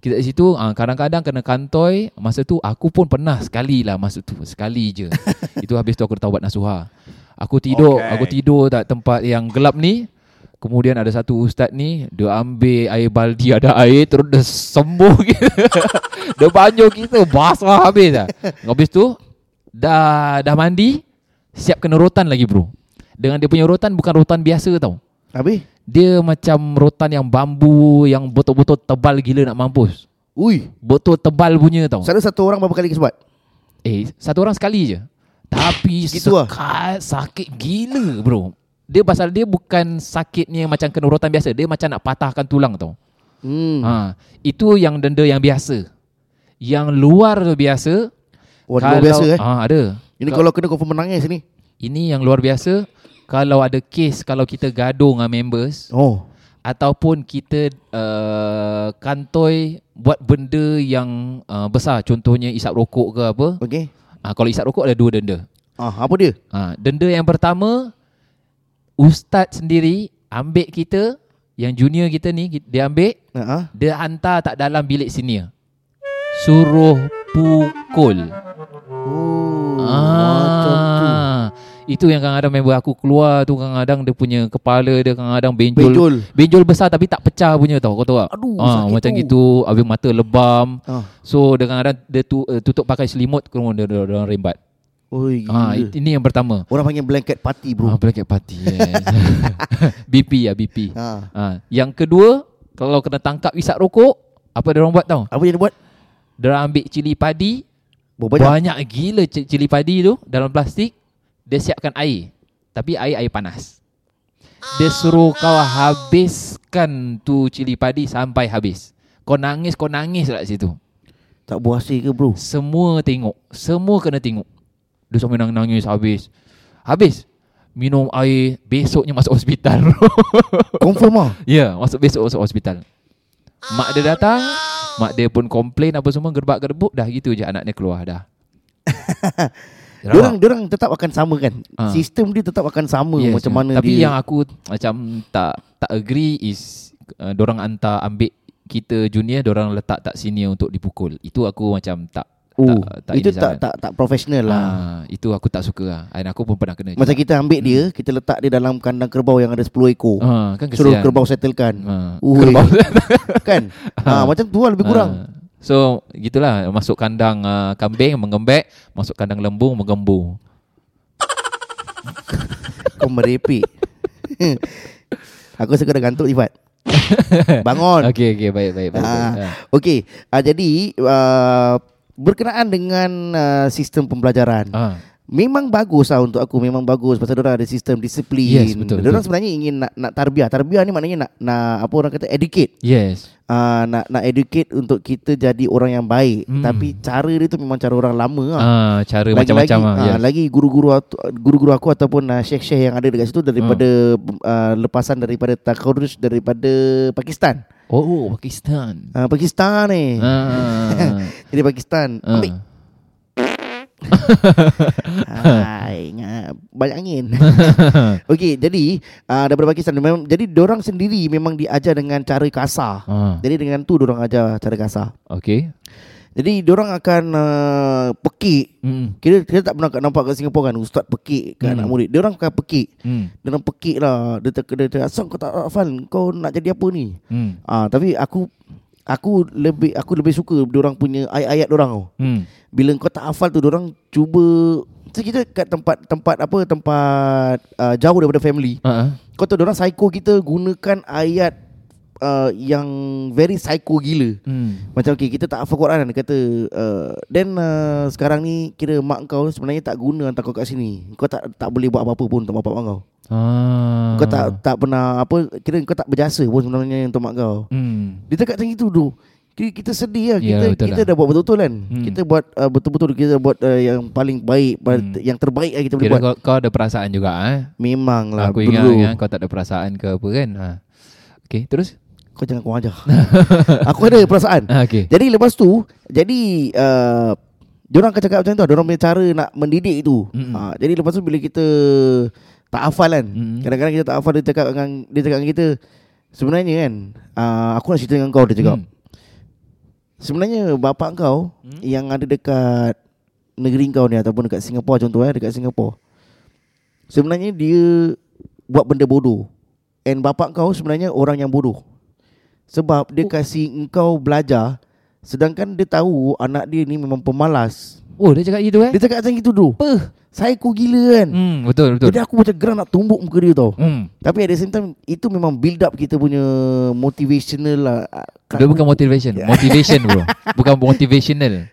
S1: Kita kat situ ah, kadang-kadang kena kantoi masa tu aku pun pernah sekali lah masa tu sekali je. Itu habis tu aku taubat nasuha. Aku tidur, okay.
S2: Okay.
S1: aku tidur tak tempat yang gelap ni. Kemudian ada satu ustaz ni Dia ambil air baldi Ada air Terus dia sembuh Dia banjur kita Basah habis lah Habis tu Dah dah mandi Siap kena rotan lagi bro Dengan dia punya rotan Bukan rotan biasa tau
S2: Habis?
S1: Dia macam rotan yang bambu Yang botol-botol tebal gila nak mampus
S2: Ui.
S1: Botol tebal punya tau
S2: Selalu satu orang berapa kali kau buat?
S1: Eh, satu orang sekali je. Tapi
S2: Gitu lah.
S1: sekat, sakit gila bro. Dia pasal dia bukan sakitnya macam kena rotan biasa. Dia macam nak patahkan tulang tau.
S2: Hmm. Ha.
S1: Ha, itu yang denda yang biasa. Yang luar biasa.
S2: Wah, luar biasa eh.
S1: Ha, ada.
S2: Ini kalau kena confirm menangis ni.
S1: Ini yang luar biasa. Kalau ada kes, kalau kita gaduh dengan members.
S2: Oh.
S1: Ataupun kita uh, kantoi buat benda yang uh, besar. Contohnya isap rokok ke apa.
S2: Okey.
S1: Ha, kalau isap rokok ada dua denda.
S2: Ah, apa dia?
S1: Ha, denda yang pertama ustaz sendiri ambil kita yang junior kita ni ki- dia ambil
S2: Ha.
S1: dia hantar tak dalam bilik senior. Suruh pukul.
S2: Oh.
S1: Ah,
S2: Macam tu.
S1: Itu yang kadang-kadang member aku keluar tu kadang-kadang dia punya kepala dia kadang-kadang benjol. benjol.
S2: Benjol.
S1: Benjol besar tapi tak pecah punya tau kau tahu tak?
S2: Aduh,
S1: Ah,
S2: sakit
S1: macam
S2: tu.
S1: gitu habis mata lebam.
S2: Ah.
S1: So dia kadang-kadang dia tu, uh, tutup pakai selimut kerana dia, dia, dia orang rembat.
S2: Oi,
S1: Ha,
S2: gila.
S1: it- ini yang pertama.
S2: Orang panggil blanket party
S1: Ah,
S2: bro.
S1: blanket party. Yes. BP ya BP.
S2: Ha.
S1: Ha. Yang kedua, kalau kena tangkap isap rokok, apa dia orang buat tau?
S2: Apa yang dia buat?
S1: Dia orang ambil cili padi, banyak,
S2: Berbanyak.
S1: banyak gila ci- cili padi tu dalam plastik, dia siapkan air. Tapi air air panas. Dia suruh kau habiskan tu cili padi sampai habis. Kau nangis, kau nangis lah situ.
S2: Tak buah hasil ke bro?
S1: Semua tengok. Semua kena tengok. Dia sampai nang- nangis habis. Habis. Minum air, besoknya masuk hospital.
S2: Confirm ah.
S1: Ya, yeah, masuk besok masuk hospital. Mak dia datang, mak dia pun komplain apa semua gerbak-gerbuk dah gitu je anak dia keluar dah.
S2: Diorang diorang tetap akan sama kan?
S1: Ah.
S2: Sistem dia tetap akan sama
S1: Yes,
S2: macam
S1: yeah.
S2: mana
S1: Tapi
S2: dia.
S1: yang aku macam tak tak agree is uh, orang hantar ambil kita junior, orang letak tak senior untuk dipukul. Itu aku macam tak
S2: oh,
S1: tak, tak
S2: itu
S1: ini
S2: tak
S1: sangat.
S2: tak tak profesional lah.
S1: Ah, itu aku tak suka lah. Dan aku pun pernah kena.
S2: Macam kita ambil dia, kita letak dia dalam kandang kerbau yang ada 10 ekor.
S1: Ah, kan kesian.
S2: Suruh kerbau settlekan.
S1: Ah,
S2: Ui.
S1: kerbau.
S2: kan? ha, macam tu lah lebih kurang.
S1: Ah. So gitulah masuk kandang uh, kambing mengembek, masuk kandang lembu menggembu. Ah.
S2: Kau merepek. Aku suka dah gantuk Ifat. Bangun.
S1: Okey okey baik baik baik. baik.
S2: Ah, Okey, ah, jadi ah, berkenaan dengan ah, sistem pembelajaran.
S1: Ah.
S2: Memang bagus lah untuk aku Memang bagus Pasal diorang ada sistem disiplin
S1: Yes, betul,
S2: Diorang
S1: betul.
S2: sebenarnya ingin nak, nak tarbiah Tarbiah ni maknanya nak, nak Apa orang kata Educate
S1: Yes.
S2: uh, nak, nak educate untuk kita jadi orang yang baik
S1: Hmm.
S2: Tapi cara dia tu memang cara orang lama lah
S1: Ah cara
S2: lagi,
S1: macam-macam
S2: lagi,
S1: ah.
S2: ah,
S1: Yes.
S2: lagi guru-guru atu- guru-guru aku ataupun uh, syekh-syekh yang ada dekat situ daripada
S1: Hmm.
S2: uh, lepasan daripada takarus daripada Pakistan.
S1: Oh, oh Pakistan.
S2: Uh, Pakistan ni.
S1: Ah, ah.
S2: Jadi Pakistan.
S1: ah.
S2: Ambil. Hai, ngap. banyak angin. Okey, jadi uh, daripada Pakistan memang jadi orang sendiri memang diajar dengan cara kasar.
S1: Ah.
S2: Jadi dengan tu orang ajar cara kasar.
S1: Okey.
S2: Jadi orang akan uh, pekik.
S1: Hmm.
S2: Kita kita tak pernah nampak kat Singapura kan ustaz pekik ke
S1: Hmm.
S2: anak murid. Diorang akan pekik.
S1: Hmm.
S2: Dia orang pekik lah Dia tak dia, dia, Asal kau tak hafal Kau nak jadi apa ni
S1: Hmm.
S2: ah, Tapi aku Aku lebih Aku lebih suka Diorang punya ayat-ayat diorang tau
S1: Hmm.
S2: Bila kau tak hafal tu Diorang cuba So kita kat tempat Tempat apa Tempat uh, Jauh daripada family
S1: Ah. ah.
S2: Kau tahu diorang psycho kita Gunakan ayat uh, Yang Very psycho gila
S1: Hmm.
S2: macam okay, kita tak hafal Quran kan, Dia kata uh, Then uh, sekarang ni Kira mak kau sebenarnya tak guna Hantar kau kat sini Kau tak tak boleh buat apa-apa pun Untuk bapak mak kau
S1: Ah.
S2: kau tak tak pernah apa kira kau tak berjasa pun sebenarnya untuk mak kau.
S1: Hmm.
S2: Dia cakap macam itu tu. Kita, kita sedih lah
S1: Ya,
S2: kita
S1: betul
S2: kita
S1: lah.
S2: dah buat betul-betul kan.
S1: Hmm.
S2: Kita buat uh, betul-betul kita buat uh, yang paling baik
S1: Hmm.
S2: hmm. yang terbaik lah kita boleh
S1: Kira
S2: buat. Lah,
S1: kau, kau ada perasaan juga eh.
S2: Memanglah bro.
S1: aku ingat, ingat kau tak ada perasaan ke apa kan. Ha. Okey, terus?
S2: Kau jangan kau ajar. aku ada perasaan.
S1: Ah, okey.
S2: Jadi lepas tu jadi uh, Diorang akan cakap macam tu lah. Diorang punya cara nak mendidik tu
S1: Mm-mm.
S2: ha, Jadi lepas tu bila kita Tak hafal kan
S1: Mm-mm.
S2: Kadang-kadang kita tak hafal Dia cakap dengan, dia cakap dengan kita Sebenarnya kan uh, Aku nak cerita dengan kau Dia cakap
S1: Hmm.
S2: Sebenarnya bapa kau hmm?
S1: Hmm?
S2: yang ada dekat negeri kau ni ataupun dekat Singapura contoh eh dekat Singapura. Sebenarnya dia buat benda bodoh. And bapa kau sebenarnya orang yang bodoh. Sebab
S1: Oh.
S2: dia kasi engkau belajar sedangkan dia tahu anak dia ni memang pemalas.
S1: Oh, dia cakap gitu eh.
S2: Dia cakap macam gitu tu.
S1: Apa?
S2: Psycho gila kan. Hmm,
S1: Hmm, betul betul.
S2: Jadi aku macam geram nak tumbuk muka dia tau.
S1: Hmm.
S2: Tapi at the same time itu memang build up kita punya motivational lah.
S1: Dia bukan motivation
S2: Ya.
S1: Motivation bro Bukan motivational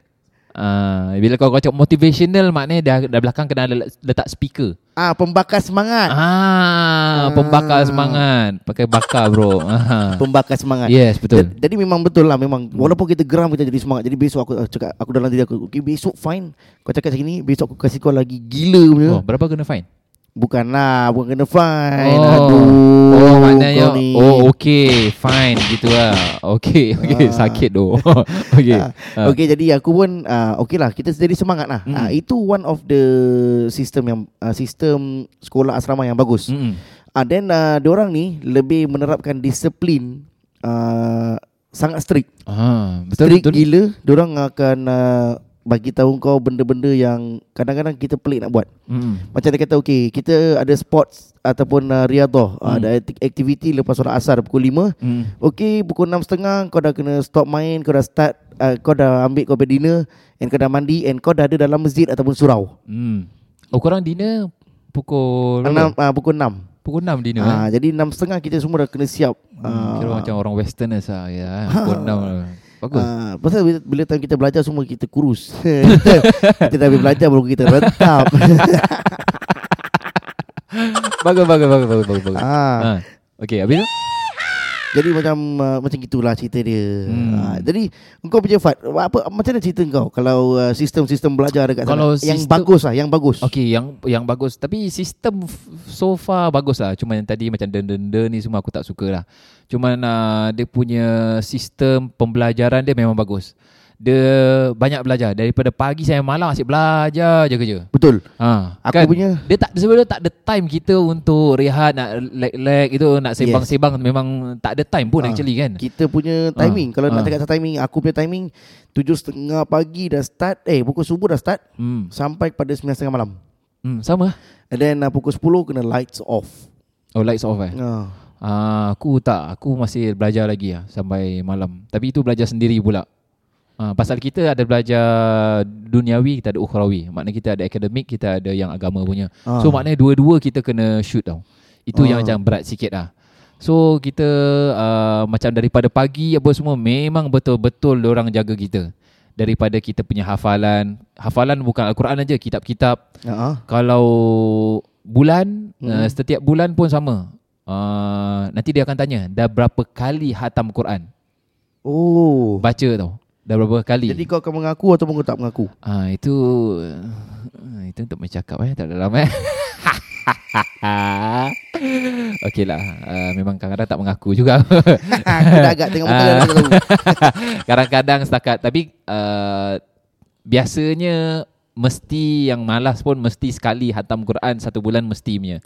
S1: uh, Bila kau kau cakap motivational Maknanya dah, dah belakang kena ada letak speaker
S2: ah pembakar semangat.
S1: Ah, Pembakar semangat Pakai bakar bro ah.
S2: Pembakar semangat.
S1: Yes betul
S2: Jadi, jadi memang betul lah memang walaupun kita geram kita jadi semangat. Jadi besok aku aku cakap aku dalam diri aku okay besok fine. Kau cakap macam ni besok aku kasih kau lagi gila punya.
S1: Oh,
S2: Oh.
S1: berapa kena fine?
S2: Bukanlah bukan kena fine.
S1: oh.
S2: Aduh.
S1: Oh,
S2: kau
S1: maknanya Oh, okay Fine gitu lah Okay,
S2: Ah.
S1: okay. Sakit doh Okay
S2: Ah, Okay jadi aku pun uh, okay lah kita jadi semangat lah.
S1: Mm.
S2: Ah, itu one of the sistem yang ah, sistem sekolah asrama yang bagus.
S1: Mm-mm.
S2: Ah then uh, diorang ni lebih menerapkan disiplin uh, sangat strict.
S1: Ah, Betul
S2: Strict
S1: betul
S2: gila Diorang akan uh, bagi tahu kau benda-benda yang kadang-kadang kita pelik nak buat.
S1: Hmm.
S2: Macam dia kata okey, kita ada sports ataupun uh, riadah, hmm. ada akti- aktiviti lepas solat asar pukul 5.
S1: Hmm.
S2: Okey, pukul 6.30 kau dah kena stop main, kau dah start uh, kau dah ambil kau punya dinner and kau dah mandi and kau dah ada dalam masjid ataupun surau.
S1: Hmm. Oh korang dinner pukul
S2: Enam uh,
S1: berapa?
S2: pukul 6.
S1: Pukul 6 dinner. eh?
S2: Ha, jadi 6.30 kita semua dah kena siap.
S1: Hmm,
S2: Ah,
S1: kira macam orang westerners lah ya. Pukul 6. Bagus.
S2: Ah, pasal bila, bila time kita belajar semua kita kurus. kita dah habis belajar baru kita rentap.
S1: bagus bagus bagus bagus bagus. bagus.
S2: ah,
S1: Ha. Okey, habis tu?
S2: jadi macam ah, macam gitulah cerita dia.
S1: Hmm.
S2: Ah, jadi engkau punya Fat, apa macam mana cerita kau kalau ah, sistem-sistem belajar dekat
S1: Kalau
S2: sana yang
S1: sistem-
S2: bagus lah, yang bagus.
S1: Okey, yang yang bagus tapi sistem f- so far bagus lah. Cuma yang tadi macam denda-denda ni semua aku tak suka lah. Cuma uh, dia punya sistem pembelajaran dia memang bagus. Dia banyak belajar daripada pagi sampai malam asyik belajar je kerja.
S2: Betul.
S1: Ha,
S2: Aku punya-
S1: dia tak sebenarnya tak ada time kita untuk rehat nak lag-lag itu nak sembang-sembang memang tak ada time pun
S2: Ah,
S1: actually kan.
S2: Kita punya timing
S1: Ah,
S2: Kalau nak
S1: ah.
S2: cakap pasal timing Aku punya timing 7.30 pagi dah start Eh pukul subuh dah start
S1: Hmm.
S2: Sampai pada 9.30 malam
S1: Hmm, sama.
S2: And then ah, pukul 10 kena lights off
S1: Oh lights off eh.
S2: Ah.
S1: Ah, aku tak, aku masih belajar lagi lah sampai malam. Tapi itu belajar sendiri pula. Ah, pasal kita ada belajar duniawi, kita ada ukhrawi. Maknanya kita ada akademik, kita ada yang agama punya.
S2: Ah.
S1: So maknanya dua-dua kita kena shoot tau. Itu
S2: Ah.
S1: yang macam berat sikit lah. So kita uh, macam daripada pagi apa semua memang betul-betul orang jaga kita. Daripada kita punya hafalan. Hafalan bukan Al-Quran aja, kitab-kitab.
S2: Ah.
S1: Kalau bulan hmm.
S2: Hmm.
S1: uh, setiap bulan pun sama. Uh, nanti dia akan tanya dah berapa kali hatam Quran?
S2: Oh.
S1: Baca tau. Dah berapa kali?
S2: Jadi kau akan mengaku atau kau tak mengaku?
S1: Ah itu ah, itu untuk bercakap eh tak dalam eh. Okey lah uh, Memang kadang-kadang tak mengaku juga
S2: Aku dah agak tengok muka kau dah tahu.
S1: Kadang-kadang setakat Tapi uh, Biasanya Mesti yang malas pun Mesti sekali hatam Quran Satu bulan mesti punya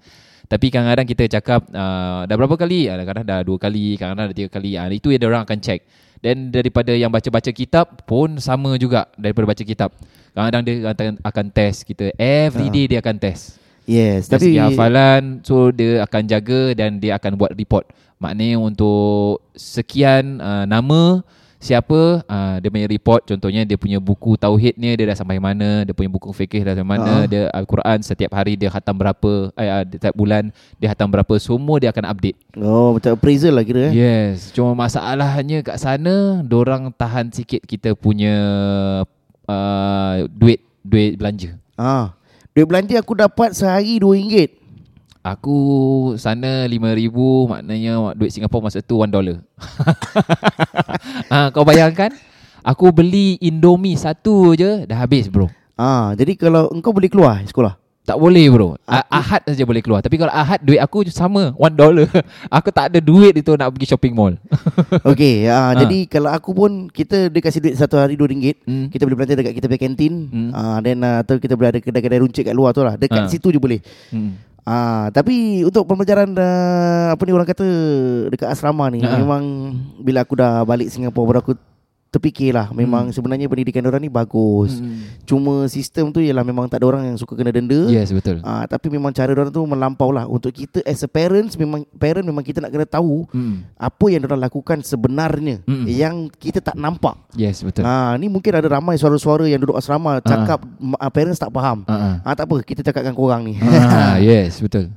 S1: Tapi kadang-kadang kita cakap uh, Dah berapa kali? Ah, Kadang-kadang dah dua kali Kadang-kadang dah tiga kali uh, Itu yang orang akan check Then daripada yang baca-baca kitab Pun sama juga Daripada baca kitab Kadang-kadang dia akan, akan test kita Every
S2: Ah.
S1: day dia akan test
S2: Yes,
S1: Dari
S2: tapi
S1: segi hafalan So dia akan jaga Dan dia akan buat report Maknanya untuk Sekian uh, Nama Siapa uh, Dia punya report Contohnya dia punya buku Tauhidnya Dia dah sampai mana Dia punya buku fikih dah sampai mana
S2: Ah.
S1: uh-huh. Dia Al-Quran Setiap hari dia khatam berapa eh, uh, Setiap bulan Dia khatam berapa Semua dia akan update
S2: Oh, macam appraisal lah kira eh.
S1: Yes Cuma masalahnya kat sana Dorang tahan sikit Kita punya uh, Duit Duit belanja
S2: Ah. Duit belanja aku dapat sehari RM2.
S1: Aku sana RM5,000 maknanya duit Singapura masa tu $1. ha, kau bayangkan? Aku beli Indomie satu je dah habis bro.
S2: Ah, jadi kalau engkau boleh keluar sekolah.
S1: Tak boleh bro. A- Ahad saja boleh keluar. Tapi kalau Ahad duit aku sama $1. aku tak ada duit itu nak pergi shopping mall.
S2: Okey, ah,
S1: Ah.
S2: jadi kalau aku pun kita dia kasih duit satu hari RM2.
S1: Hmm.
S2: Kita boleh belanja dekat kita punya kantin
S1: Hmm.
S2: ah, Then ah, Atau kita boleh ada kedai-kedai runcit kat luar tu lah Dekat
S1: Ah.
S2: situ je boleh
S1: Hmm.
S2: ah, Tapi untuk pembelajaran ah, Apa ni orang kata Dekat asrama ni
S1: Ah.
S2: Memang Bila aku dah balik Singapura Baru aku terfikir lah Memang sebenarnya pendidikan orang ni bagus
S1: Hmm.
S2: Cuma sistem tu ialah memang tak ada orang yang suka kena denda.
S1: Yes betul.
S2: Ah, tapi memang cara orang tu melampau lah Untuk kita as a parents memang parent memang kita nak kena tahu
S1: Hmm.
S2: apa yang orang lakukan sebenarnya
S1: Mm-mm.
S2: yang kita tak nampak.
S1: Yes Hmm. betul. Ha.
S2: Ah, ni mungkin ada ramai suara-suara yang duduk asrama cakap uh. parents tak faham.
S1: Ha.
S2: Ah, tak apa, kita cakapkan korang ni.
S1: Ha. Yes betul.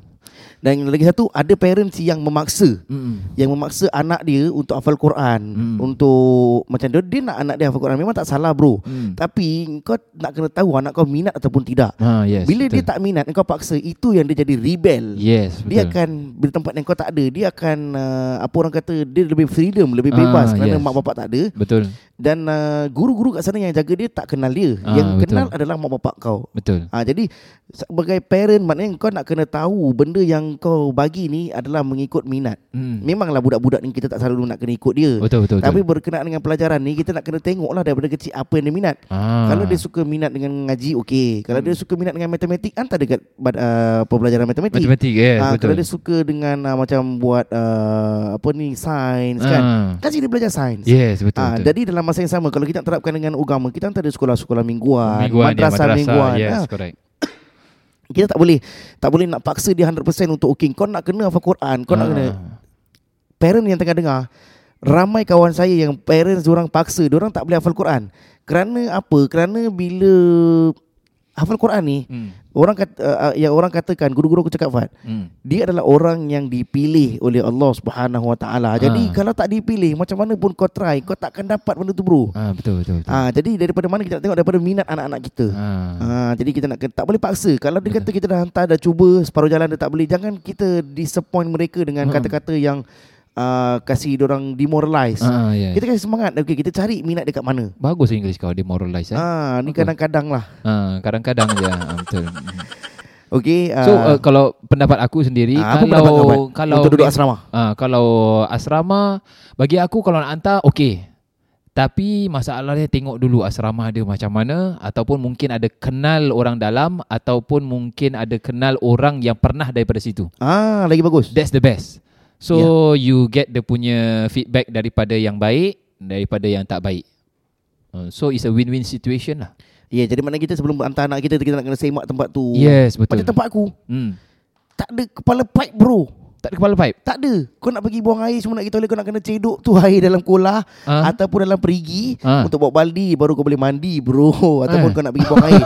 S2: Dan lagi satu ada parents yang memaksa
S1: Hmm.
S2: yang memaksa anak dia untuk hafal Quran,
S1: Mm.
S2: untuk macam dia, dia nak anak dia hafal Quran memang tak salah bro.
S1: Hmm.
S2: Tapi kau nak kena tahu anak kau minat ataupun tidak.
S1: Ha yes.
S2: Bila
S1: betul.
S2: dia tak minat kau paksa itu yang dia jadi rebel.
S1: Yes betul.
S2: Dia akan bila tempat yang kau tak ada, dia akan uh, apa orang kata dia lebih freedom, lebih bebas
S1: Ah,
S2: kerana
S1: yes.
S2: mak bapak tak ada
S1: betul.
S2: dan uh, guru-guru kat sana yang jaga dia tak kenal dia.
S1: Ah,
S2: yang
S1: betul.
S2: kenal adalah mak bapak kau.
S1: Betul.
S2: Ha, jadi sebagai parent maknanya kau nak kena tahu benda yang kau bagi ni adalah mengikut minat.
S1: Hmm.
S2: Memanglah budak-budak ni kita tak selalu nak kena ikut dia.
S1: Betul betul.
S2: Tapi berkenaan dengan pelajaran ni kita nak kena tengoklah daripada kecil apa yang dia minat.
S1: Ah. Hmm.
S2: Kalau dia suka minat dengan ngaji okey. Kalau dia suka minat dengan matematik hantar dekat bad- uh, pembelajaran matematik.
S1: matematik yes,
S2: Ah,
S1: betul.
S2: kalau dia suka dengan uh, macam buat uh, apa ni sains kan.
S1: Ah.
S2: Kasih dia belajar sains.
S1: Yes, betul.
S2: kan? Ah,
S1: Ya, betul.
S2: jadi dalam masa masa yang sama kalau kita nak terapkan dengan agama kita hantar dia sekolah-sekolah mingguan,
S1: Mingguan ya,
S2: madrasah mingguan.
S1: Yes,
S2: Ah,
S1: correct.
S2: Kita tak boleh tak boleh nak paksa dia 100% untuk okay kau nak kena hafal Quran,
S1: Ah.
S2: kau nak kena parent yang tengah dengar ramai kawan saya yang parents orang paksa orang tak boleh hafal Quran kerana apa kerana bila hafal Quran ni
S1: Hmm.
S2: orang kata, uh, uh, yang orang katakan guru-guru aku cakap Fat
S1: Hmm.
S2: dia adalah orang yang dipilih oleh Allah Subhanahu Wa Taala jadi
S1: Ha.
S2: kalau tak dipilih macam mana pun kau try kau takkan dapat benda tu bro
S1: Ah, betul betul. betul.
S2: ah jadi daripada mana kita nak tengok daripada minat anak-anak kita
S1: Ah.
S2: Ha, jadi kita nak tak boleh paksa. Kalau dia
S1: Betul.
S2: kata kita dah hantar dah cuba separuh jalan dia tak boleh, jangan kita disappoint mereka dengan
S1: Ha.
S2: kata-kata yang uh, kasi orang demoralize.
S1: Ah, ya.
S2: Kita kasih semangat. Okey, kita cari minat dekat mana.
S1: Bagus English kau dia moralize eh.
S2: Ha, ni
S1: Betul.
S2: kadang-kadang lah.
S1: Ah, kadang-kadang je. Ah, betul.
S2: Okey.
S1: So uh, kalau pendapat aku sendiri
S2: ah, apa pendapat kau, Mat?
S1: kalau kalau
S2: untuk duduk asrama.
S1: Ah, kalau asrama bagi aku kalau nak hantar okey. Tapi masalahnya tengok dulu asrama dia macam mana ataupun mungkin ada kenal orang dalam ataupun mungkin ada kenal orang yang pernah daripada situ.
S2: Ah, lagi bagus.
S1: That's the best. So yeah. you get the punya feedback daripada yang baik daripada yang tak baik. Uh, So it's a win-win situation lah.
S2: Ya, yeah, jadi mana kita sebelum hantar anak kita kita nak kena semak tempat tu.
S1: Yes, Ya, betul.
S2: Macam tempat aku,
S1: Hmm.
S2: tak ada kepala pipe, bro.
S1: Tak ada kepala pipe.
S2: Tak ada. Kau nak pergi buang air semua nak kita oleh kau nak kena cedok tu air dalam kolah
S1: Ah.
S2: ataupun dalam perigi
S1: Ah.
S2: untuk bawa baldi baru kau boleh mandi bro ataupun
S1: Eh.
S2: kau nak pergi buang air.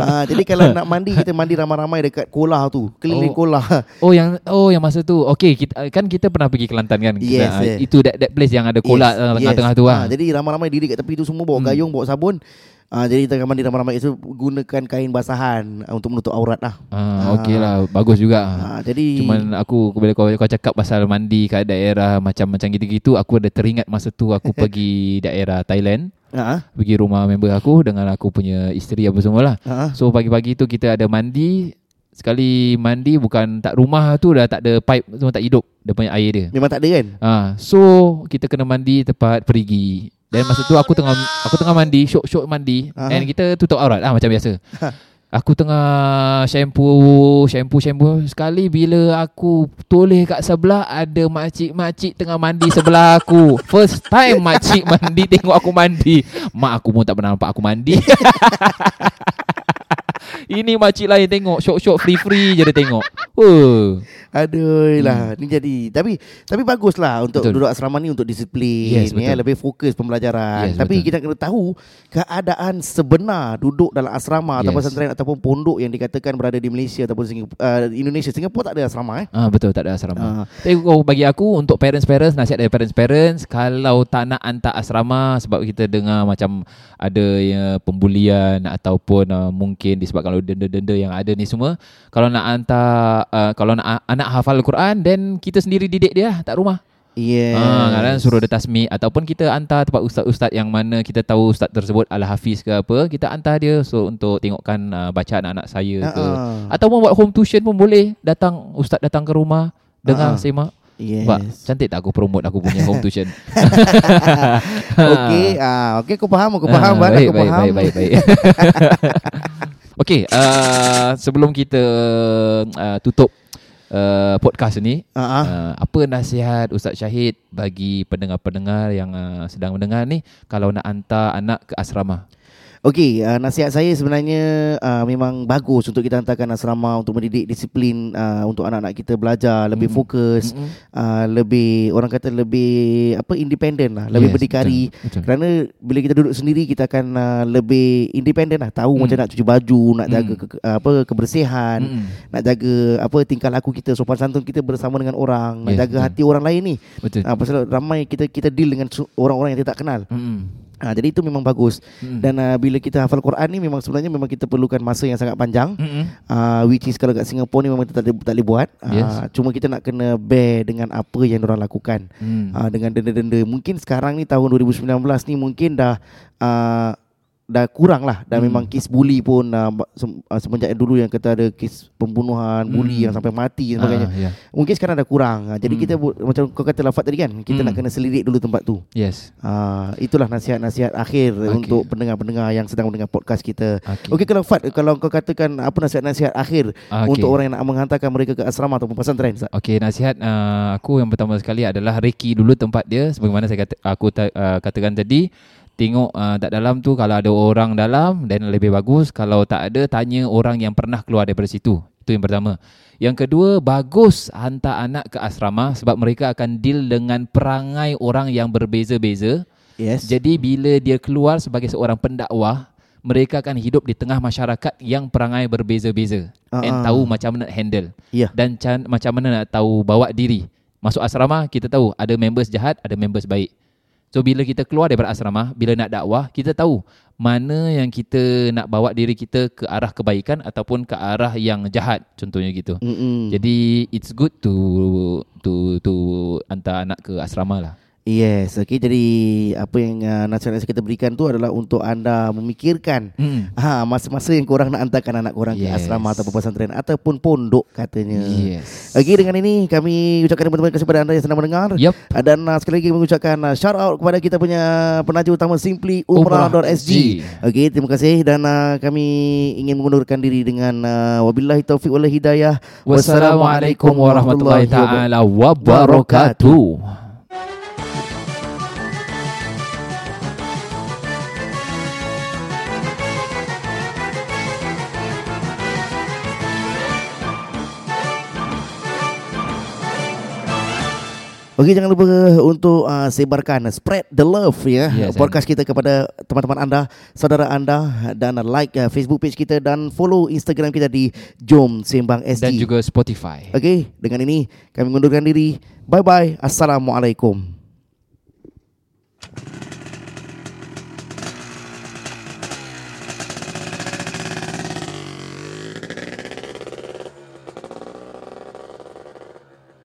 S2: ah, jadi kalau nak mandi kita mandi ramai-ramai dekat kolah tu, keliling
S1: Oh.
S2: kolah.
S1: Oh yang oh yang masa tu. Okay, kita, kan kita pernah pergi Kelantan kan. Kita,
S2: Yes,
S1: ah,
S2: yeah.
S1: Itu that, that place yang ada kolak yes, tengah-tengah tu ah.
S2: Ah, jadi ramai-ramai diri kat tepi tu semua bawa
S1: Hmm.
S2: gayung, bawa sabun. Ah, jadi tengah mandi ramai-ramai so, gunakan kain basahan ah, untuk menutup aurat lah.
S1: Ah, okay lah, bagus juga.
S2: Ah, jadi
S1: Cuman aku bila kau kau cakap pasal mandi kat daerah macam macam gitu-gitu, aku ada teringat masa tu aku pergi daerah Thailand,
S2: ah,
S1: pergi rumah member aku dengan aku punya isteri apa semua lah.
S2: ah,
S1: So pagi-pagi tu kita ada mandi Sekali mandi bukan tak rumah tu dah tak ada pipe semua tak hidup dia punya air dia.
S2: memang tak ada kan?
S1: Ah, so kita kena mandi tempat perigi. Dan masa tu aku tengah aku tengah mandi, syok-syok mandi.
S2: Aha.
S1: And kita tutup aurat ah macam biasa. Aku tengah shampoo, shampoo, shampoo. Sekali bila aku toleh kat sebelah ada makcik-makcik tengah mandi sebelah aku. First time makcik mandi tengok aku mandi. Mak aku pun tak pernah nampak aku mandi. Ini makcik lain tengok Syok-syok free-free je dia tengok Oh.
S2: Aduh lah Ni jadi Tapi Tapi bagus lah Untuk
S1: Hmm. Betul.
S2: duduk asrama ni Untuk disiplin
S1: Yes,
S2: ya,
S1: betul.
S2: Lebih fokus pembelajaran
S1: Yes,
S2: Tapi
S1: betul.
S2: kita kena tahu Keadaan sebenar Duduk dalam asrama Ataupun
S1: Yes.
S2: pesantren Ataupun pondok Yang dikatakan berada di Malaysia Ataupun Singapura, uh, Indonesia Singapura tak ada asrama eh
S1: Ah betul tak ada asrama.
S2: Ah.
S1: Tapi oh, bagi aku untuk parents-parents nasihat dari parents-parents kalau tak nak hantar asrama sebab kita dengar macam ada ya, pembulian ataupun uh, mungkin disebabkan oleh denda-denda yang ada ni semua kalau nak hantar uh, kalau nak anak hafal Quran then kita sendiri didik dia lah tak rumah.
S2: Yes
S1: Ah kadang suruh dia tasmi ataupun kita hantar tempat ustaz-ustaz yang mana kita tahu ustaz tersebut al-hafiz ke apa kita hantar dia so untuk tengokkan uh, bacaan
S2: Ah,
S1: anak saya ke
S2: Ha-ha.
S1: Ataupun buat home tuition pun boleh Datang Ustaz datang ke rumah
S2: Ah.
S1: Dengar uh-huh. semak
S2: Yes
S1: yes. Bak, Cantik tak aku promote aku punya home tuition
S2: Okey ah, Okey aku faham Aku faham Wan,
S1: baik,
S2: Aku
S1: baik,
S2: faham
S1: Baik baik baik Okey uh, Sebelum kita uh, Tutup uh, Podcast ni
S2: Ah, ah.
S1: uh, Apa nasihat Ustaz Syahid Bagi pendengar-pendengar Yang uh, sedang mendengar ni Kalau nak hantar anak ke asrama
S2: Okey, uh, nasihat saya sebenarnya uh, memang bagus untuk kita hantarkan asrama untuk mendidik disiplin uh, untuk anak-anak kita belajar lebih
S1: Mm.
S2: fokus,
S1: Mm-mm.
S2: uh, lebih orang kata lebih apa independen lah, lebih
S1: Yes,
S2: berdikari.
S1: betul, betul.
S2: Kerana bila kita duduk sendiri kita akan uh, lebih independen lah, tahu
S1: Mm.
S2: macam nak cuci baju, nak
S1: Mm.
S2: jaga ke, ke- apa kebersihan,
S1: Mm-mm.
S2: nak jaga apa tingkah laku kita, sopan santun kita bersama dengan orang, nak
S1: Yes,
S2: jaga
S1: betul.
S2: hati orang lain ni.
S1: Betul
S2: Uh, pasal ramai kita kita deal dengan su- orang-orang yang kita tak kenal.
S1: Mm-mm.
S2: Uh, jadi itu memang bagus.
S1: Mm-mm.
S2: Dan uh, bila kita hafal Quran ni memang sebenarnya memang kita perlukan masa yang sangat panjang.
S1: Mm-mm.
S2: Uh, which is kalau kat Singapura ni memang kita tak boleh, tak boleh buat. Uh,
S1: Yes.
S2: Cuma kita nak kena bear dengan apa yang orang lakukan.
S1: Mm.
S2: Uh, dengan denda-denda. Mungkin sekarang ni tahun 2019 ni mungkin dah uh, dah kurang lah. Dan
S1: Hmm.
S2: memang kes buli pun uh, ba- sem- uh, semenjak dulu yang kata ada kes pembunuhan, buli
S1: Hmm.
S2: yang sampai mati dan
S1: Ah,
S2: sebagainya.
S1: yeah.
S2: Mungkin sekarang dah kurang. Uh, jadi
S1: Hmm.
S2: kita bu- macam kau kata lafaz tadi kan, kita
S1: Hmm.
S2: nak kena selidik dulu tempat tu.
S1: Yes
S2: Ah, itulah nasihat-nasihat akhir
S1: Okey.
S2: untuk pendengar-pendengar yang sedang mendengar podcast kita.
S1: Okay.
S2: Okey kalau Fat kalau kau katakan apa nasihat-nasihat akhir
S1: Ah, okey.
S2: untuk orang yang nak menghantarkan mereka ke asrama ataupun pesantren Ustaz.
S1: Okey nasihat uh, aku yang pertama sekali adalah reki dulu tempat dia sebagaimana saya kata aku ta, uh, katakan tadi Tengok uh, tak dalam tu kalau ada orang dalam dan lebih bagus. Kalau tak ada tanya orang yang pernah keluar daripada situ. Itu yang pertama. Yang kedua, bagus hantar anak ke asrama sebab mereka akan deal dengan perangai orang yang berbeza-beza.
S2: Yes.
S1: Jadi bila dia keluar sebagai seorang pendakwah, mereka akan hidup di tengah masyarakat yang perangai berbeza-beza uh-huh. and
S2: Ah.
S1: tahu macam mana nak handle
S2: Ya.
S1: dan can, macam mana nak tahu bawa diri. Masuk asrama kita tahu ada members jahat, ada members baik. So bila kita keluar daripada asrama, bila nak dakwah, kita tahu mana yang kita nak bawa diri kita ke arah kebaikan ataupun ke arah yang jahat contohnya gitu.
S2: Mm-mm.
S1: Jadi it's good to to to hantar anak ke asrama lah.
S2: Yes, okey. Jadi apa yang uh, nasihat-nasihat kita berikan tu adalah untuk anda memikirkan
S1: Hmm.
S2: ha, masa-masa yang korang nak hantarkan anak korang yes. ke
S1: Yes.
S2: asrama ataupun pesantren ataupun pondok katanya.
S1: Yes.
S2: Okey, dengan ini kami ucapkan terima kasih kepada anda yang sedang mendengar.
S1: Yup.
S2: Ah, Dan uh, sekali lagi mengucapkan uh, shout out kepada kita punya penaju utama Simply
S1: Umrah.sg.
S2: Umrah.sg. Okey, terima kasih dan uh, kami ingin mengundurkan diri dengan uh, wabillahi taufiq wal hidayah.
S1: Wassalamualaikum warahmatullahi taala wabarakatuh.
S2: Okey, jangan lupa untuk uh, sebarkan spread the love ya
S1: Yes,
S2: podcast kita kepada teman-teman anda, saudara anda dan uh, like uh, Facebook page kita dan follow Instagram kita di Jom Sembang SG.
S1: dan juga Spotify.
S2: Okey, dengan ini kami mengundurkan diri. Bye bye. Assalamualaikum.